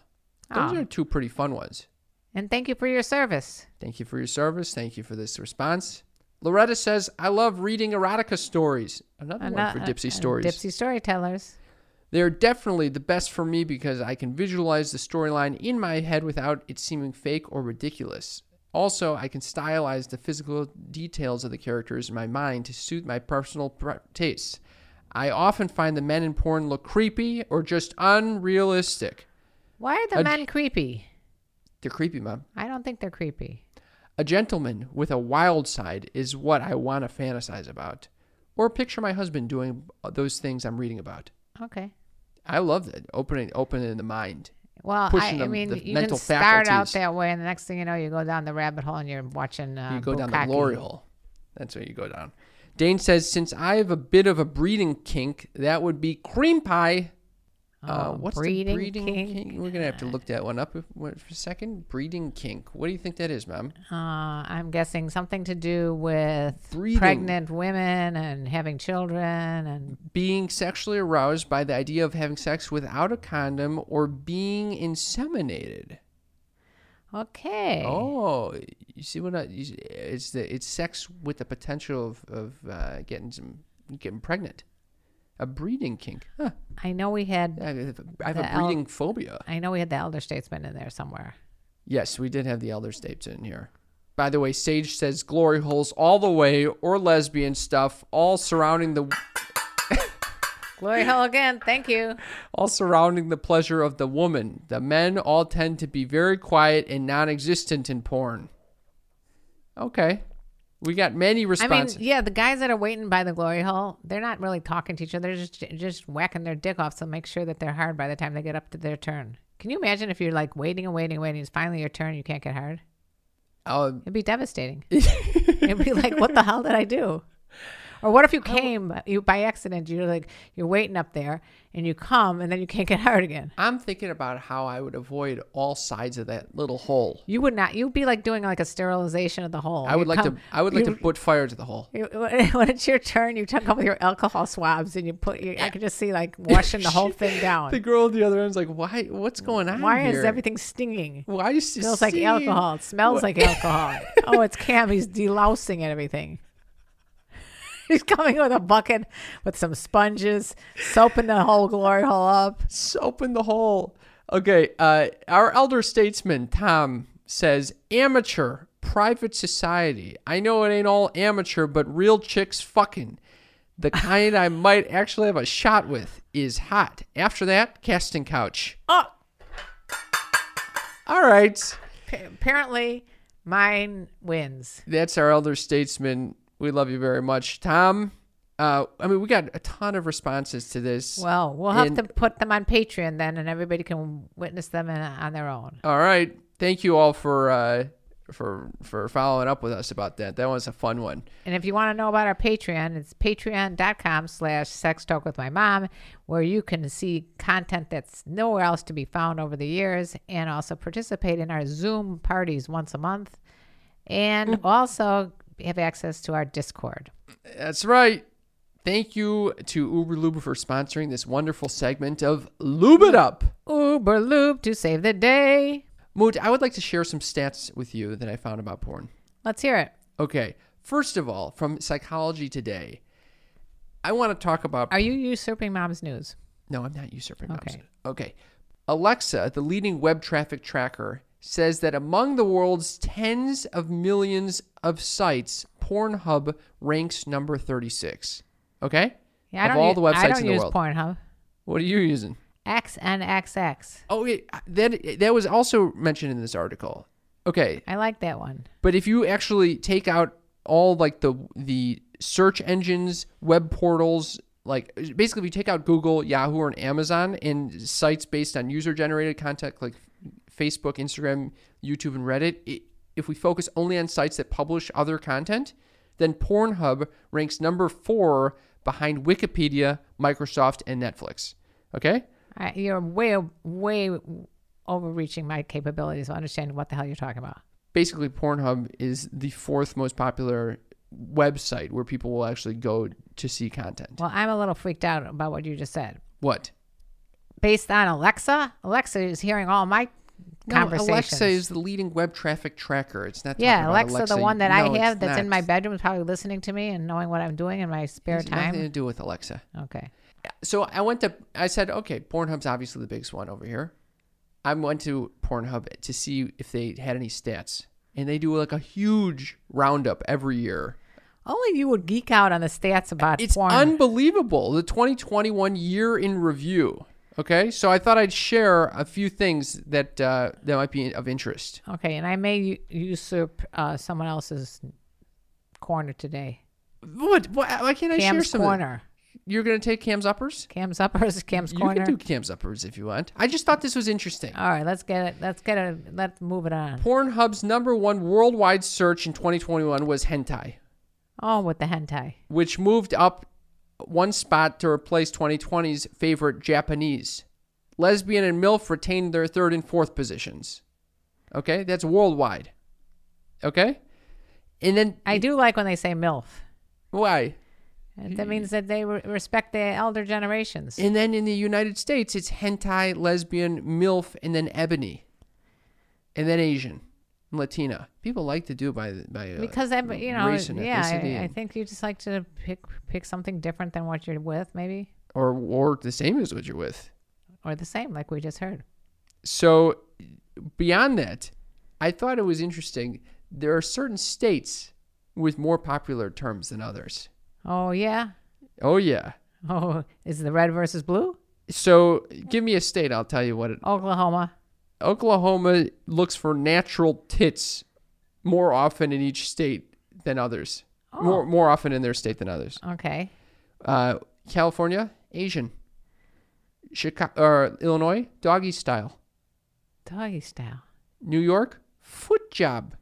Those
Aw.
are two pretty fun ones.
And thank you for your service.
Thank you for your service. Thank you for this response. Loretta says, I love reading erotica stories. Another one for
Ano-
Dipsy
uh,
Stories.
Dipsy storytellers.
They're definitely the best for me because I can visualize the storyline in my head without it seeming fake or ridiculous. Also, I can stylize the physical details of the characters in my mind to suit my personal pre- tastes. I often find the men in porn look creepy or just unrealistic.
Why are the
A-
men creepy?
They're creepy, mom.
I don't think they're creepy.
A gentleman with a wild side is what I want to fantasize about, or picture my husband doing those things I'm reading about.
Okay.
I love that opening, opening the mind.
Well,
Pushing
I, I
them,
mean,
the
you can
mental
start out
faculties.
that way, and the next thing you know, you go down the rabbit hole and you're watching. Uh,
you go down
bukkake.
the glory hole. That's where you go down. Dane says, since I have a bit of a breeding kink, that would be cream pie. Uh,
Oh, breeding kink?
We're gonna have to look that one up if- wait for a second. Breeding kink. What do you think that is, ma'am?
Uh, I'm guessing something to do with
Breeding.
pregnant women and having children, and
Being sexually aroused by the idea of having sex without a condom or being inseminated.
okay,
Oh, you see what I? You, see- it's the it's sex with the potential of of uh, getting some getting pregnant. A breeding kink. Huh.
I know we had,
I have, I have
The
a
el-
breeding phobia.
I know we had the elder statesman in there somewhere.
Yes, we did have the elder states in here. By the way, Sage says glory holes all the way or lesbian stuff, all surrounding the
Glory hole again. Thank you.
all surrounding the pleasure of the woman. The men all tend to be very quiet and non-existent in porn. Okay. We got many
I mean,
responses.
yeah, the guys that are waiting by the glory hole, they're not really talking to each other. They're just just whacking their dick off to make sure that they're hard by the time they get up to their turn. Can you imagine if you're like waiting and waiting and waiting? It's finally your turn. You can't get hard.
Uh,
It'd be devastating. It'd be like, what the hell did I do? Or what if
Oh.
you came but you by accident? You're like you're waiting up there, and you come, and then you can't get hard again.
I'm thinking about how I would avoid all sides of that little hole.
You would not. You'd be like doing like a sterilization of the hole.
I would
You
like
come-
to I would like
you-
to put fire to the hole.
You- When it's your turn, you come up with your alcohol swabs and you put. You, I can just see like washing the whole thing
The
down.
girl at the other end's like, "Why? What's going on?
Why is
here?
everything stinging?
Why is it
smells like alcohol. It smells
What-
like alcohol. oh, it's Cam. He's delousing and everything. He's coming with a bucket with some sponges, soaping the whole glory hole up.
Soap in the hole. Okay, uh, our elder statesman Tom says amateur private society. I know it ain't all amateur, but real chicks fucking. The kind I might actually have a shot with is hot. After that, casting couch.
Oh,
All right,
pa- apparently mine wins.
that's our elder statesman. We love you very much, Tom. Uh, I mean, we got a ton of responses to this.
Well, we'll have
And-
to put them on Patreon then, and everybody can witness them in, on their own.
All right. Thank you all for uh, for for following up with us about that. That was a fun one.
And if you want to know about our Patreon, it's patreon.com slash sex talk with my mom, where you can see content that's nowhere else to be found over the years
Mm.
and also participate in our Zoom parties once a month. And also have access to our Discord.
That's right. Thank you to Uber Lube for sponsoring this wonderful segment of Lube It Up.
Uber Lube to save the day.
Moot, I would like to share some stats with you that I found about porn.
Let's hear it.
Okay, first of all, from Psychology Today, I want to talk about.
Are you usurping mom's news?
no, I'm not usurping. Mom's.
Okay.
Okay. Alexa, the leading web traffic tracker, says that among the world's tens of millions of sites, Pornhub ranks number 36. Okay.
Yeah, I
of
don't
all
u-
the websites
I don't
in the
use
world,
Pornhub.
what are you using?
XNXX.
Oh, yeah, that that was also mentioned in this article. Okay,
I like that one.
but if you actually take out all like the the search engines, web portals, like basically if you take out Google, Yahoo, and Amazon, and sites based on user generated content like Facebook, Instagram, YouTube, and Reddit, i if we focus only on sites that publish other content, then Pornhub ranks number four behind Wikipedia, Microsoft, and Netflix. Okay.
I, you're way, way overreaching my capabilities of understanding what the hell you're talking about.
basically Pornhub is the fourth most popular website where people will actually go to see content.
Well, I'm a little freaked out about what you just said.
What?
Based on Alexa, Alexa is hearing all my conversations.
No, Alexa is the leading web traffic tracker. It's not. talking
yeah,
about
Alexa, the one that
No,
I have
it's
that's in
not.
my bedroom is probably listening to me and knowing what I'm doing in my
It
spare
has Nothing to
time.
do with Alexa.
Okay.
So I went to. I said, okay, Pornhub's obviously the biggest one over here. I went to Pornhub to see if they had any stats, and they do like a huge roundup every year.
Only you would geek out on the stats about
It's
porn.
unbelievable. The 2021 year in review. Okay, so I thought I'd share a few things that uh, that might be of interest.
okay, and I may u- usurp uh, someone else's corner today.
What? Why, why can't I share
Cam's
some?
corner.
You're gonna take Cam's uppers?
Cam's uppers, Cam's
You
corner. Uh.
can do Cam's uppers if you want. I just thought this was interesting.
All right, let's get it. Let's get it. Let's move it on.
Pornhub's number one worldwide search in 2021 was hentai,
Oh, with the hentai.
which moved up one spot to replace 2020's favorite Japanese. Lesbian and MILF retained their third and fourth positions. Okay, that's worldwide. Okay, and then
I do like when they say MILF.
why?
That
Hmm.
means that they re- respect the elder generations.
And then in the United States, it's hentai, lesbian, MILF, and then ebony, and then Asian, and Latina. People like to do by by uh,
because that, you know,
race and
yeah,
ethnicity
I, I
and-
think you just like to pick pick something different than what you're with, maybe,
or or the same as what you're with.
or the same, like we just heard.
So beyond that, I thought it was interesting. There are certain states with more popular terms than others.
Oh yeah.
Oh yeah.
Oh, is the red versus blue?
So give me a state, I'll tell you what it.
Oklahoma.
Oklahoma looks for natural tits more often in each state than others. More more often in their state than others.
Okay.
Uh, California, Asian. Chicago or Illinois, doggy style.
Doggy style.
New York, foot job.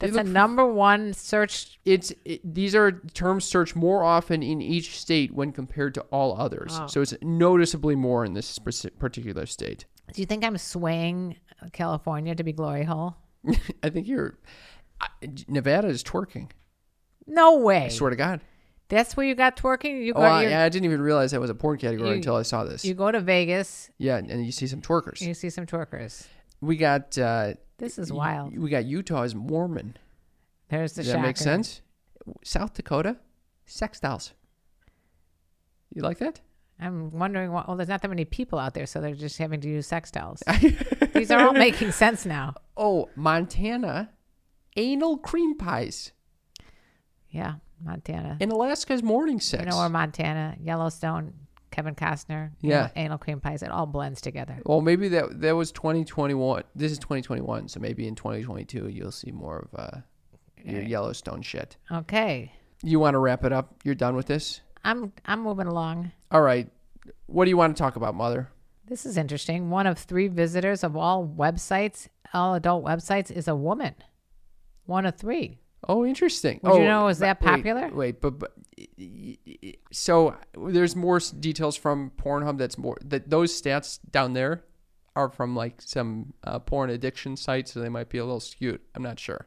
They
That's a
look for-
number one search.
it's it, these are terms searched more often in each state when compared to all others.
Oh.
So it's noticeably more in this speci- particular state.
Do you think I'm swaying California to be glory hole?
I think you're I, Nevada is twerking.
No way.
I swear to God.
That's where you got twerking. You
Oh,
go.
I,
you-
I didn't even realize that was a porn category
You-
until I saw this.
You go to Vegas,
yeah, and you see some twerkers.
you see some twerkers.
we got uh,
This is
y-
wild.
We got Utah is Mormon.
There's the
Does that make
shocker.
sense? South Dakota, sex dolls. You like that?
I'm wondering why. Well, there's not that many people out there, so they're just having to use sex dolls. These are all making sense now.
Oh, Montana, anal cream pies.
Yeah, Montana.
In Alaska's morning
You
sex.
know where Montana, Yellowstone, Kevin Costner,
Yeah.
anal, anal cream pies. It all blends together.
well, maybe that that was 2021. This is 2021, so maybe in 2022 you'll see more of uh, your Yellowstone shit.
Okay,
You want to wrap it up? You're done with this?
I'm I'm moving along.
All right. What do you want to talk about, Mother?
This is interesting. One of three visitors of all websites, all adult websites, is a woman. One of three.
Oh, interesting.
Would
oh,
you know is that
wait,
popular?
Wait, but, but so there's more s- details from Pornhub. That's more that those stats down there are from like some uh, porn addiction site, so they might be a little skewed. I'm not sure.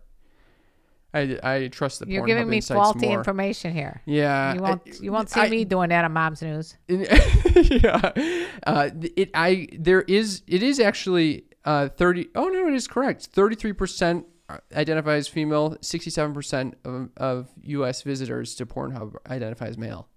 I I, I trust the
You're
Pornhub
giving me
insights
faulty
more.
information here.
Yeah,
You
I-
won't you won't see
I-
me doing that on Mom's News.
yeah. Uh, it I there is it is actually uh, thirty. Oh no, it is correct. Thirty three percent identify as female. Sixty seven percent of of U.S. visitors to Pornhub identify as male.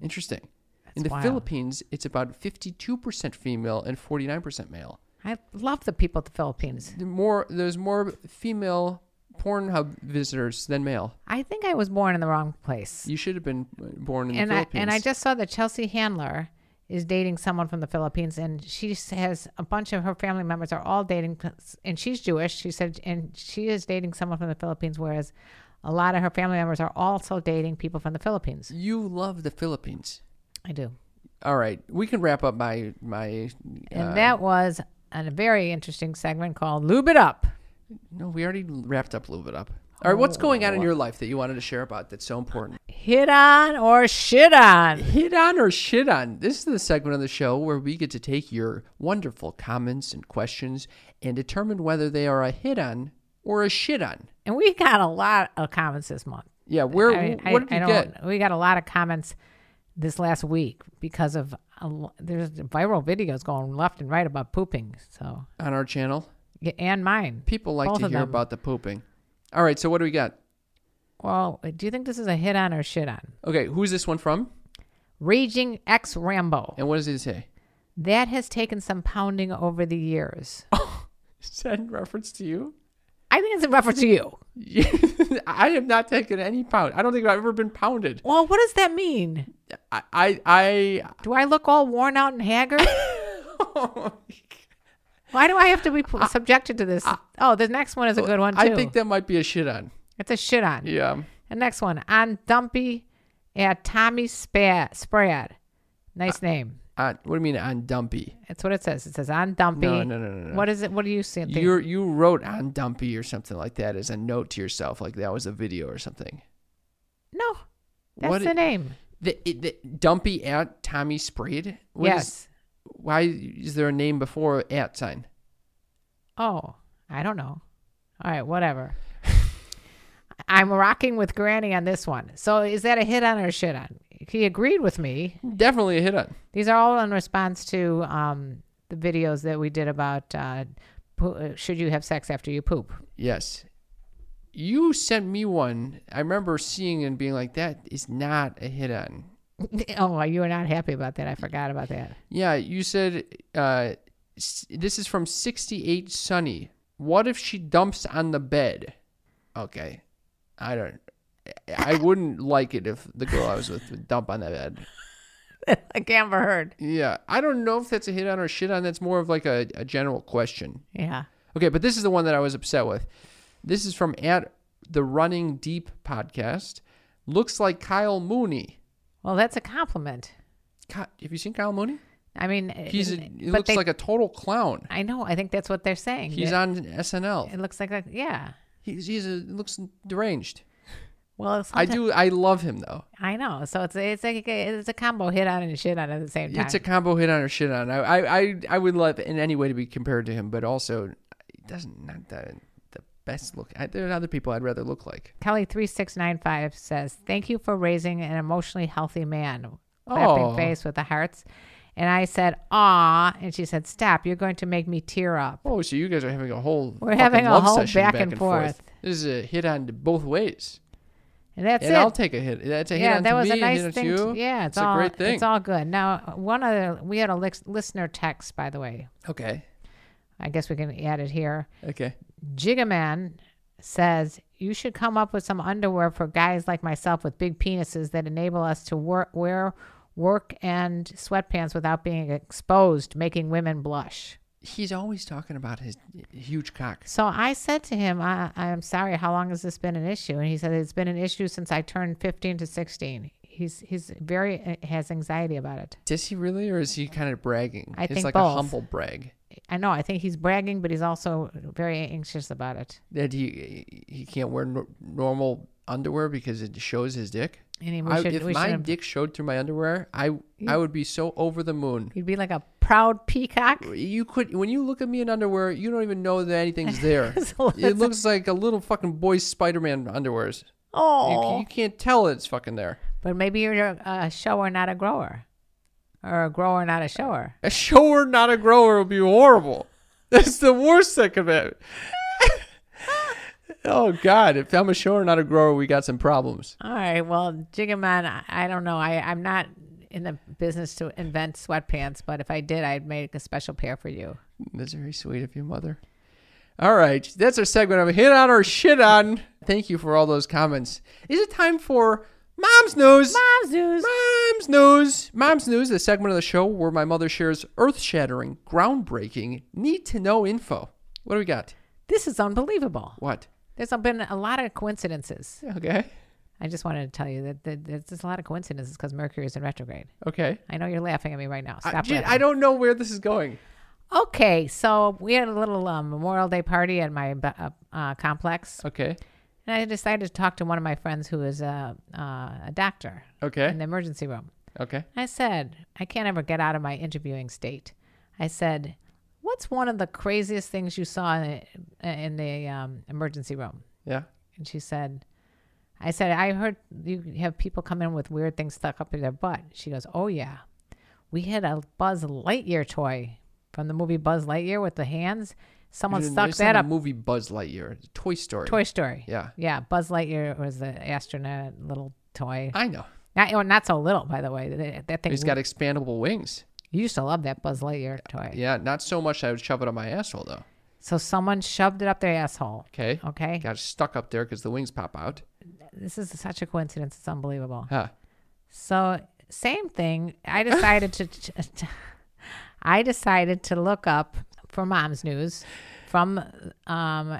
Interesting. In the
wild.
Philippines, it's about fifty two percent female and forty nine percent male.
I love the people at the Philippines.
The more there's more female Pornhub visitors than male.
I think I was born in the wrong place.
You should have been uh, born in
and
the
I
Philippines.
and I just saw that Chelsea Handler is dating someone from the Philippines, and she s- has a bunch of her family members are all dating, and she's Jewish. She said, and she is dating someone from the Philippines, whereas a lot of her family members are also dating people from the Philippines.
you love the Philippines.
I do,
All right, we can wrap up my my.
and that was a very interesting segment called "Lube It Up."
No, we already wrapped up a little bit up. All right, what's going on in your life that you wanted to share about that's so important?
Hit on or shit on.
Hit on or shit on. This is the segment of the show where we get to take your wonderful comments and questions and determine whether they are a hit on or a shit on.
And we got a lot of comments this month.
Yeah, where
I mean, I-
what did
I
you
don't-
get?
We got a lot of comments this last week because of a, lo- there's viral videos going left and right about pooping. So
on our channel?
yeah, and mine.
People like
Both
to
of
hear
them.
about the pooping. All right, so what do we got?
Well, do you think this is a hit on or shit on?
Okay, who's this one from?
Raging ex Rambo.
And what does it say?
That has taken some pounding over the years.
Is that in reference to you?
I think it's a reference to you.
I have not taken any pound. I don't think I've ever been pounded.
Well, what does that mean?
I, I, I
Do I look all worn out and haggard? Why do I have to be pu- subjected to this? oh, the next one is a good one too.
Uh, I think that might be a shit on.
it's a shit on.
Yeah.
The next one on Dumpy at Tommy Spad Sprad. Nice name.
On, Uh, what do you mean on dumpy?
That's what it says. It says on Dumpy.
No, no, no, no, no.
What is it? What do you see?
You are you wrote on dumpy or something like that as a note to yourself, like that was a video or something.
no, that's
What
the
it-
name.
The, it- the dumpy at Tommy Sprayed. What is-
yes.
why is there a name before at sign?
oh, I don't know. All right, whatever. I'm rocking with Granny on this one. So is that a hit on or shit on? He agreed with me.
Definitely a hit on.
These are all in response to um, the videos that we did about uh, poo- uh, should you have sex after you poop.
Yes. You sent me one. I remember seeing and being like, that is not a hit on.
oh, you were not happy about that. I forgot about that.
Yeah, you said uh, s- this is from 68 Sunny. What if she dumps on the bed? Okay. I don't. I wouldn't like it if the girl I was with would dump on the bed.
like Amber Heard.
Yeah. I don't know if that's a hit on or shit on. That's more of like a, a general question.
Yeah.
Okay, but this is the one that I was upset with. This is from at the Running Deep podcast. Looks like Kyle Mooney.
Well, that's a compliment.
Ki- have you seen Kyle Mooney?
I mean, uh,
He's a,
but
he looks
they-
like a total clown.
I know. I think that's what they're saying.
He's
that
on SNL.
It looks like a yeah.
He's he's a, looks deranged.
Well,
I
sometimes-
do. I love him though.
I know. So it's it's like a, it's a combo hit on and shit on at the same time.
It's a combo hit on or shit on. I I I, I would love in any way to be compared to him, but also it doesn't not the the best look. I, there are other people I'd rather look like.
Kelly three six nine five says, "Thank you for raising an emotionally healthy man."
Aw. Oh.
Clapping face with the hearts, and I said, "Ah!" And she said, "Stop! You're going to make me tear up."
Oh, so you guys are having a whole
We're
fucking
having a
love
whole
session
back and forth.
This is a hit on both ways,
And that's
and
it.
I'll take a hit. That's a hit
yeah,
on
that
to
was
me,
a nice
hit on to
thing.
you.
to- yeah, it's,
a
all
great thing.
It's all good. Now, one other we had a lis- listener text, by the way.
okay,
I guess we can add it here.
okay.
Jigaman says you should come up with some underwear for guys like myself with big penises that enable us to wor- wear work and sweatpants without being exposed, making women blush.
He's always talking about his huge cock.
So I said to him, I, I'm sorry, how long has this been an issue? And he said, It's been an issue since I turned 15 to 16. He's, he's very, uh, has anxiety about it.
Does he really, or is he kind of bragging?
I
it's
think
like a
both.
humble brag.
I know, I think he's bragging, but he's also very anxious about it.
that he he can't wear nor normal underwear because it shows his dick.
And he- we
I,
should,
if
we
my
should
dick showed through my underwear, I I would be so over the moon.
you'd be like a proud peacock.
You could when you look at me in underwear, you don't even know that anything's there.
So
it
it's-
looks like a little fucking boy's Spider-Man underwears. You,
Oh,
ca- you can't tell it's fucking there.
but maybe you're a, a shower, not a grower, or a grower, not a shower.
A shower, not a grower, would be horrible. That's the worst that could happen. oh God! If I'm a shower, not a grower, we got some problems.
All right, well, Jigaman, I, I don't know. I I'm not in the business to invent sweatpants, but if I did, I'd make a special pair for you.
That's very sweet of you, mother. All right, that's our segment of hit on or shit on. Thank you for all those comments. Is it time for mom's news?
Mom, Ah, Zeus.
Mom's News. Mom's News, the segment of the show where my mother shares earth shattering, groundbreaking, need to know info. What do we got?
This is unbelievable.
What?
There's been a lot of coincidences.
Okay.
I just wanted to tell you that, that, that there's a lot of coincidences because Mercury is in retrograde.
Okay.
I know you're laughing at me right now. Stop
I, gee,
laughing.
I don't know where this is going.
Okay, so we had a little um, Memorial Day party at my bu- uh, uh, complex,
Okay.
and I decided to talk to one of my friends who is a, uh, a doctor
Okay.
in the emergency room.
Okay.
I said, I can't ever get out of my interviewing state. I said, What's one of the craziest things you saw in, in the um, emergency room?
Yeah.
And she said, I said, I heard you have people come in with weird things stuck up in their butt. She goes, Oh, yeah. We had a Buzz Lightyear toy from the movie Buzz Lightyear with the hands. Someone
It's
stuck
not
that
a
up.
movie Buzz Lightyear. It's Toy Story.
Toy Story.
Yeah.
Yeah. Buzz Lightyear was the astronaut little toy.
I know.
Not, oh, not so little, by the way. That, that thing.
He's got expandable wings.
you used to love that Buzz Lightyear toy.
Yeah. Not so much that I would shove it on my asshole, though.
So someone shoved it up their asshole.
Okay.
Okay.
Got stuck up there because the wings pop out.
This is such a coincidence. It's unbelievable.
Huh.
So same thing. I decided to, to- I decided to look up for mom's news from um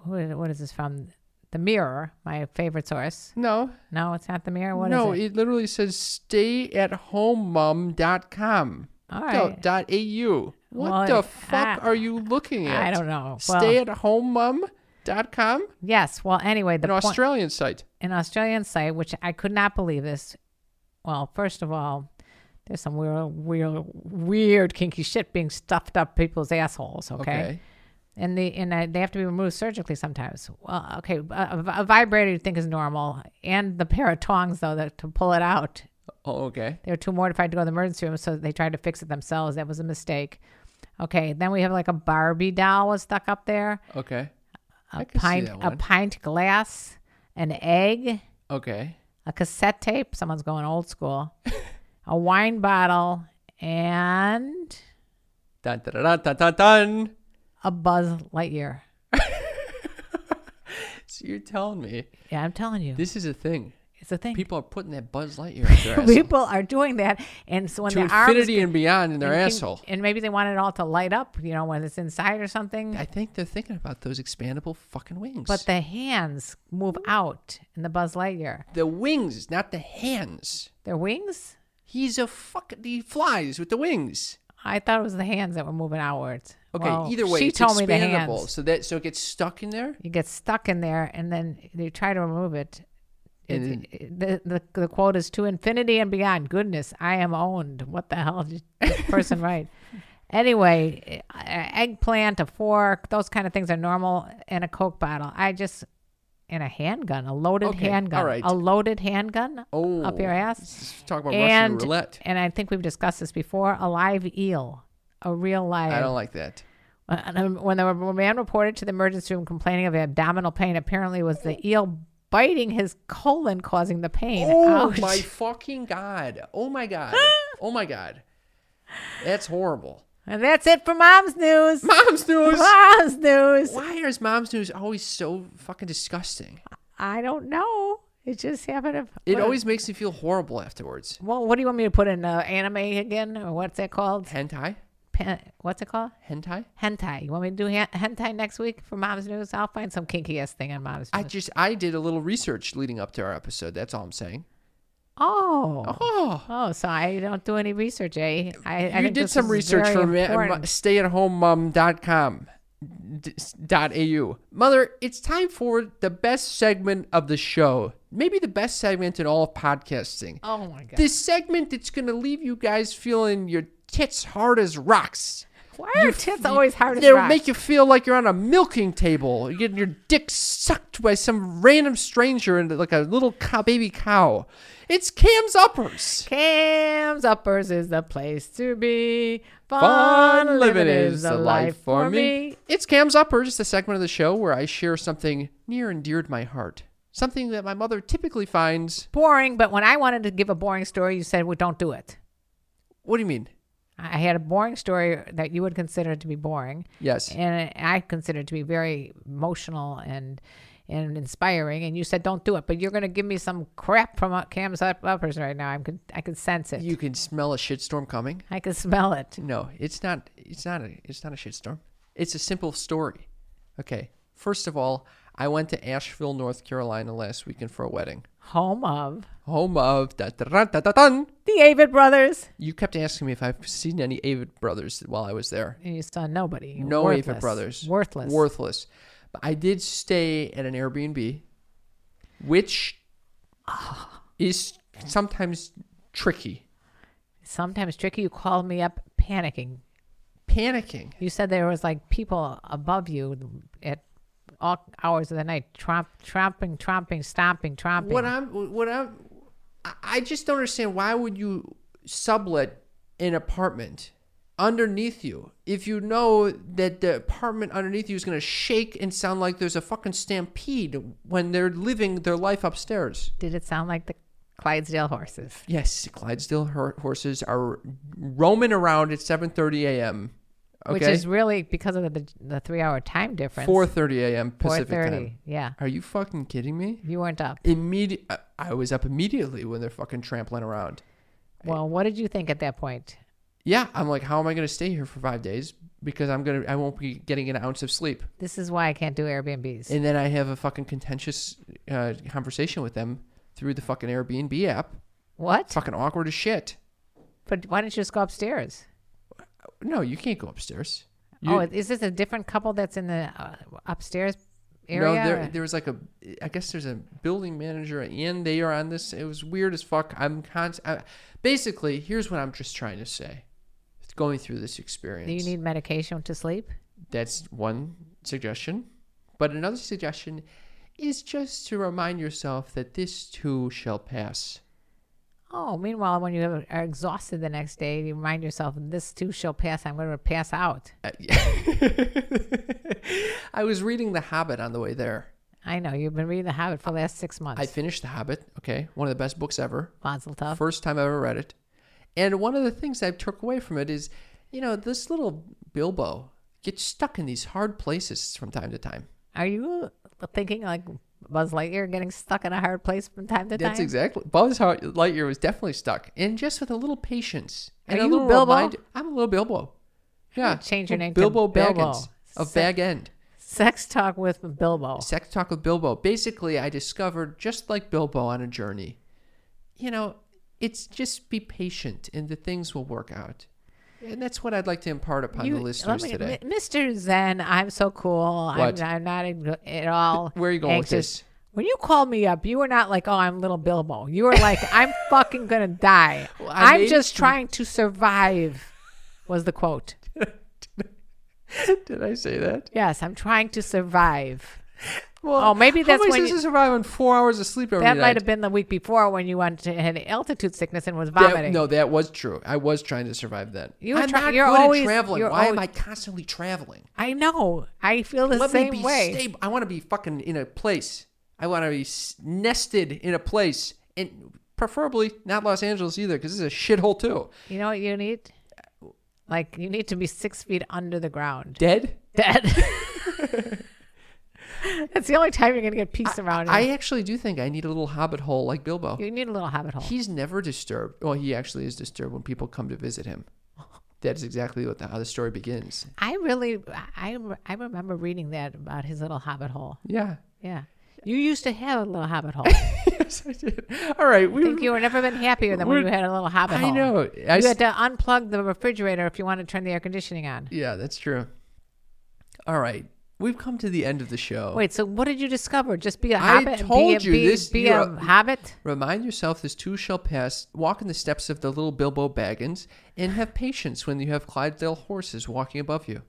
who- what is this from the Mirror, my favorite source.
No.
No, it's not the Mirror. What is
no,
it?
it? literally says stayathomemom.com.
All
No,
right.
dot au. What
Well,
the
it-
fuck
I-
are you looking at?
I don't know. Well-
Stayathomemom.com,
yes. Well, anyway, the
an
point,
Australian site.
an Australian site, which I could not believe this. Well, first of all, there's some weird, weird, weird kinky shit being stuffed up people's assholes. okay. and they and uh, they have to be removed surgically sometimes. Well, okay, a, a- a vibrator you think is normal, and the pair of tongs though that, to pull it out.
Oh, okay.
They were too mortified to go to the emergency room, so they tried to fix it themselves. That was a mistake. Okay, then we have like a Barbie doll was stuck up there,
Okay.
a
can see
pint
that
a
one.
pint glass, an egg,
Okay.
a cassette tape. Someone's going old school. a wine bottle and
Dun, dun, dun, dun, dun, dun.
a Buzz Lightyear.
So you're telling me
Yeah, I'm telling you,
this is a thing.
it's a thing.
People are putting that Buzz Lightyear in their asshole.
People are doing that, and so when
to
their arms
infinity and beyond in their
and can-
asshole.
And maybe they want it all to light up, you know, when it's inside or something.
I think they're thinking about those expandable fucking wings.
But the hands move out in the Buzz Lightyear.
the wings, not the hands.
Their wings?
He's a fuck. He flies with the wings.
I thought it was the hands that were moving outwards.
Okay.
Well,
either way,
she
it's
told
expandable.
me the hands.
So that so it gets stuck in there.
You get stuck in there, and then you try to remove it. It-
And
it- the, the the quote is to infinity and beyond. Goodness, I am owned. What the hell did this person write? Anyway, a- a- eggplant, a fork, those kind of things are normal, and a Coke bottle. I just and a handgun, a loaded
Okay,
handgun,
all right.
a loaded handgun
Oh,
up your ass,
let's talk about Russian
and
roulette.
and I think we've discussed this before. A live eel, a real live.
I don't like that.
When um, when the man reported to the emergency room complaining of abdominal pain, apparently it was the eel biting his colon causing the pain.
Oh
Ouch.
my fucking god! Oh my god! oh my god! That's horrible.
And that's it for mom's news.
Mom's news.
Mom's news.
Why is mom's news always so fucking disgusting?
I don't know. It just happened. To,
It always makes me feel horrible afterwards.
Well, what do you want me to put in uh, anime again, or what's that called?
Hentai.
Pen- what's it called?
Hentai.
Hentai. You want me to do hen- hentai next week for mom's news? I'll find some kinky ass thing on mom's
I
news.
just I did a little research leading up to our episode. That's all I'm saying.
oh. oh.
Oh.
so I don't do any research, eh? I, I
you
think
did
this
some
is
research
very
for uh, ma-
important.
ma- stayathomemom.com d- s- dot au mother it's time for the best segment of the show maybe the best segment in all of podcasting.
Oh my god.
This segment that's going to leave you guys feeling your tits hard as rocks.
Why are tits always hard as
They'll
rocks?
make you feel like you're on a milking table. You're getting your dick sucked by some random stranger and like a little cow, baby cow. It's Cam's uppers.
Cam's Uppers is the place to be. Fun, living is the life for me.
It's Cam's uppers, the segment of the show where I share something near and dear to my heart, something that my mother typically finds.
Boring, but when I wanted to give a boring story, you said, well, don't do it.
What do you mean?
I had a boring story that you would consider to be boring.
Yes.
And I consider it to be very emotional and and inspiring. And you said, don't do it. But you're going to give me some crap from uh, Cam's up- Uppers right now. I'm con- I can sense it.
You can smell a shitstorm coming.
I can smell it.
No, it's not. It's not a. It's not a shitstorm. It's a simple story. Okay. First of all, I went to Asheville, North Carolina last weekend for a wedding.
Home of
Home of da da da da da.
the Avid Brothers.
You kept asking me if I've seen any Avid Brothers while I was there.
And you saw nobody. You were
No
worthless.
Avid Brothers.
Worthless.
Worthless. But I did stay at an Airbnb, which
Ah.
is sometimes tricky.
Sometimes tricky. You called me up panicking.
Panicking.
You said there was like people above you at all hours of the night, tromp, tromping, tromping, stomping, tromping.
What I'm, what I'm, I- I just don't understand why would you sublet an apartment underneath you if you know that the apartment underneath you is going to shake and sound like there's a fucking stampede when they're living their life upstairs.
Did it sound like the Clydesdale horses?
Yes, Clydesdale her- horses are roaming around at 7:30 a.m. Okay,
Which is really because of the, the three hour time difference.
4:30 a.m. Pacific
4:30,
time.
Yeah.
Are you fucking kidding me?
You weren't up.
Immediate. I- I was up immediately when they're fucking trampling around.
Well, what did you think at that point?
yeah i'm like how am i going to stay here for five days because i'm going to i won't be getting an ounce of sleep
This is why I can't do Airbnbs.
and then i have a fucking contentious uh, conversation with them through the fucking airbnb app
what?
fucking awkward as shit
But why don't you just go upstairs?
no you can't go upstairs You-
oh, is this a different couple that's in the uh, upstairs area?
no there,
or-
there was like a i guess there's a building manager and they are on this it was weird as fuck i'm const- I, basically here's what i'm just trying to say going through this experience
Do you need medication to sleep?
That's one suggestion. But another suggestion is just to remind yourself that this too shall pass.
Oh, meanwhile, when you have- are exhausted the next day, you remind yourself, this too shall pass. I'm going to pass out.
Uh, I was reading The Hobbit on the way there.
I know. You've been reading The Habit for the last six months.
I finished The Hobbit, okay? One of the best books ever.
Mazel tov.
First time I ever read it. And one of the things I took away from it is, you know, this little Bilbo gets stuck in these hard places from time to time.
Are you thinking like Buzz Lightyear getting stuck in a hard place from time to
That's
time?
exactly. Buzz Har- Lightyear was definitely stuck, and just with a little patience
Are
and a
you
little
Bilbo?
I'm a little Bilbo. Yeah,
change your name to
Bilbo
Bilbo.
Baggins of Bag End.
Sex talk with Bilbo.
Sex talk with Bilbo. Basically, I discovered just like Bilbo on a journey. You know, it's just be patient, and the things will work out. And that's what I'd like to impart upon
You-
the listeners
let me-
today.
M- Mr. Zen, I'm so cool.
What?
I'm, I'm not ag- at all.
Where are you going with
anxious.
this?
When you called me up, you were not like, "Oh, I'm little Bilbo." You were like, "I'm fucking gonna die.
I
I'm
made-
just trying to survive." Was the quote?
Did I say that?
Yes, I'm trying to survive.
Well,
Oh, maybe that's
how
when
am I supposed
you-
to survive on four hours of sleep every
That
night?
might have been the week before when you went to, had altitude sickness and was
That-
vomiting.
no, that was true. I was trying to survive that.
You were
I'm
try-
not
you're
good
always-
at traveling.
you're
Why am I
always-
constantly traveling?
I know. I feel the
Let
same
me be
way.
stable. I want to be fucking in a place. I want to be s- nested in a place, and preferably not Los Angeles either, because this is a shithole too.
You know what you need? Like you need to be six feet under the ground,
Dead.
dead. That's the only time you're gonna get peace around
I
you.
actually do think I need a little hobbit hole like Bilbo.
You need a little habit hole.
He's never disturbed. Well, he actually is disturbed when people come to visit him. That is exactly what the, how the story begins.
I really, I I remember reading that about his little hobbit hole.
Yeah.
Yeah, you used to have a little hobbit hole.
yes, I did. All right. We
I think you were never been happier than when you had a little hobbit
I
hole.
know.
You
I
had to unplug the refrigerator if you wanted to turn the air conditioning on.
Yeah, that's true. All right. We've come to the end of the show.
Wait, so what did you discover? Just be a
I
hobbit. be a,
told you
be,
this-
Be
you're
a
a-
hobbit.
Remind yourself this too shall pass. Walk in the steps of the little Bilbo Baggins and have patience when you have Clydesdale horses walking above you.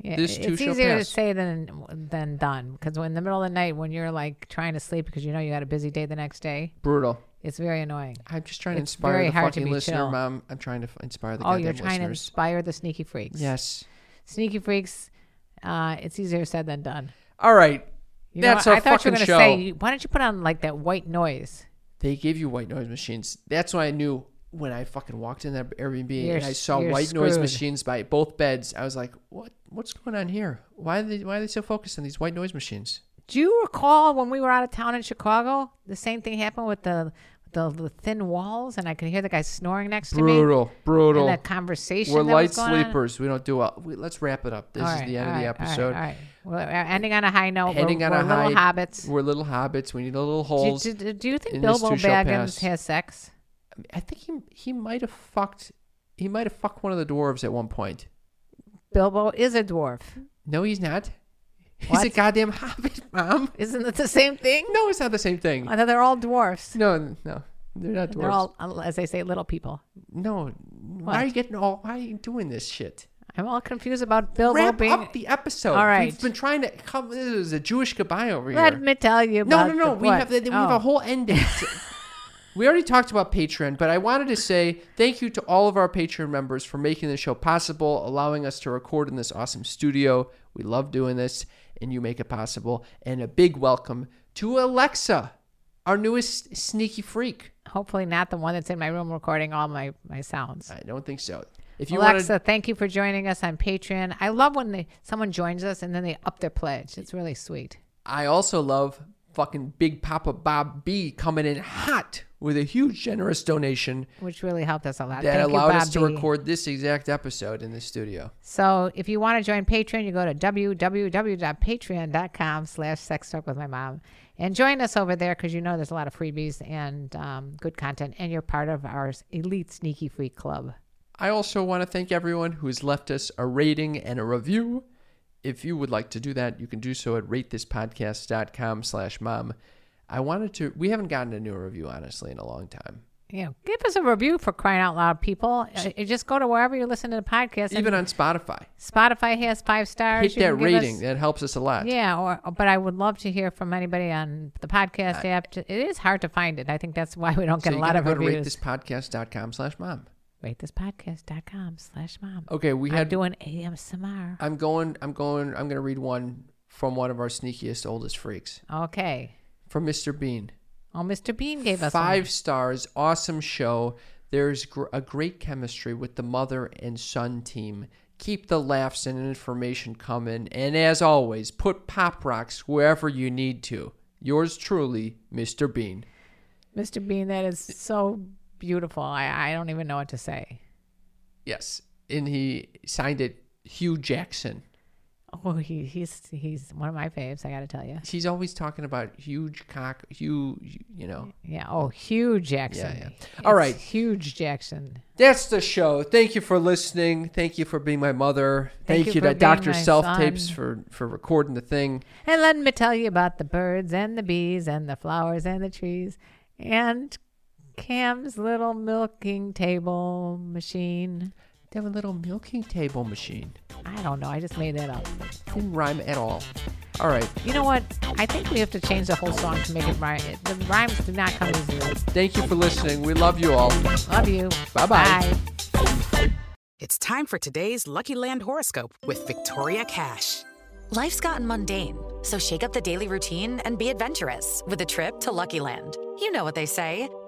Yeah,
This too
it's
shall
easier
pass.
to say than than done because in the middle of the night when you're like trying to sleep because you know you got a busy day the next day,
Brutal.
it's very annoying.
I'm just trying to
It's
inspire
very
the
hard to
fucking
be
listener,
chill.
Mom. I'm trying to f- inspire the
Oh,
goddamn
you're trying to
listeners.
inspire the sneaky freaks.
yes.
sneaky freaks. Uh, it's easier said than done.
All right.
You
That's
know,
our
I thought you
fucking
were gonna
show.
say, why don't you put on like that white noise?
they gave you white noise machines. That's why I knew when I fucking walked in that Airbnb
You're
and I
s-
saw
you're
white noise
screwed.
machines by both beds. I was like, what? What's going on here? Why are they? Why are they so focused on these white noise machines?
Do you recall when we were out of town in Chicago? The same thing happened with the the, the thin walls, and I could hear the guy snoring next to me.
Brutal, brutal.
And that conversation.
We're
that
light
was going on.
sleepers. We don't do well. We, let's wrap it up. This
All
is
right,
the end
all
of the
right, all right,
episode.
All right, Well, uh, ending on a high note.
Heading
we're,
on
we're
a high.
little hobbits.
We're little hobbits. We need a little
Do,
holes.
do, do- do you think
in this
Bilbo
too shall pass.
Baggins has sex?
I think he he might have fucked. He might have fucked one of the dwarves at one point.
Bilbo is a dwarf.
No, he's not. He's a
What?
goddamn hobbit, mom.
Isn't it the same thing?
No, it's not the same thing.
I thought they're all dwarfs.
No, no, they're not dwarves.
They're all, uh, as they say, little people.
no, why are you getting all? Why are you doing this shit?
I'm all confused about Bilbo
Wrap
being.
up the episode.
All right.
we've been trying to come. This is a Jewish goodbye over here.
Let me tell you
no,
about
no, no.
the-
we
what?
have the, we have
Oh.
a whole ending. we already talked about Patreon, but I wanted to say thank you to all of our Patreon members for making the show possible, allowing us to record in this awesome studio. We love doing this, and you make it possible. And a big welcome to Alexa, our newest sneaky freak.
Hopefully not the one that's in my room recording all my, my sounds.
I don't think so. If you want
Alexa,
to,
thank you for joining us on Patreon. I love when they, someone joins us and then they up their pledge. It's really sweet.
I also love fucking Big Papa Bob B coming in hot with a huge generous donation
which really helped us a lot.
that
Thank
allowed
you,
us to
Bobby.
record this exact episode in the studio.
So if you want to join Patreon, you go to www.patreon.com slash sex talk with my mom and join us over there because you know there's a lot of freebies and um, good content and you're part of our elite sneaky freak club.
I also want to thank everyone who has left us a rating and a review. If you would like to do that, you can do so at ratethispodcast.com slash mom. I wanted to, we haven't gotten a new review, honestly, in a long time.
You know, give us a review for crying out loud, people. Uh, you just go to wherever you listen to the podcast.
Even
and
on Spotify.
Spotify has five stars.
Hit
You
that
can give us-
rating. that helps us a lot.
Yeah, or but I would love to hear from anybody on the podcast app. It is hard to find it. I think that's why we don't
So
get
you
a lot
gotta
of
go to
reviews.
ratethispodcast.com slash mom.
ratethispodcast.com slash mom.
Okay, we
I'm
Oh, had.
doing ASMR.
I'm going. I'm going. I'm going to read one from one of our sneakiest, oldest freaks
Okay.
from Mr. Bean.
Oh, Mr. Bean gave us
Five stars. Awesome show. There's gr- a great chemistry with the mother and son team. Keep the laughs and information coming. And as always, put pop rocks wherever you need to. Yours truly, Mr. Bean.
one. Mr. Bean. That is so beautiful. I, I don't even know what to say.
Yes. And he signed it Hugh Jackson.
Oh, he, he's he's one of my faves. I got to tell you.
He's always talking about huge cock, Hugh, you know.
Yeah. Oh, Hugh Jackson.
yeah.
It's
All right.
Huge Jackson.
That's the show. Thank you for listening. Thank you for being my mother.
Thank
Thank, you,
you
to
for being
Dr.
my
Self Tapes
son.
for, for recording the thing.
And let me tell you about the birds and the bees and the flowers and the trees and Cam's little milking table machine.
They have a little milking table machine.
I don't know. I just made that up.
Didn't rhyme at all. All right.
You know what? I think we have to change the whole song to make it rhyme. It- The rhymes do not come easily.
Thank you for listening. We love you all.
Love you.
Bye-bye.
Bye.
It's time for today's Lucky Land horoscope with Victoria Cash.
Life's gotten mundane, so shake up the daily routine and be adventurous with a trip to Lucky Land. You know what they say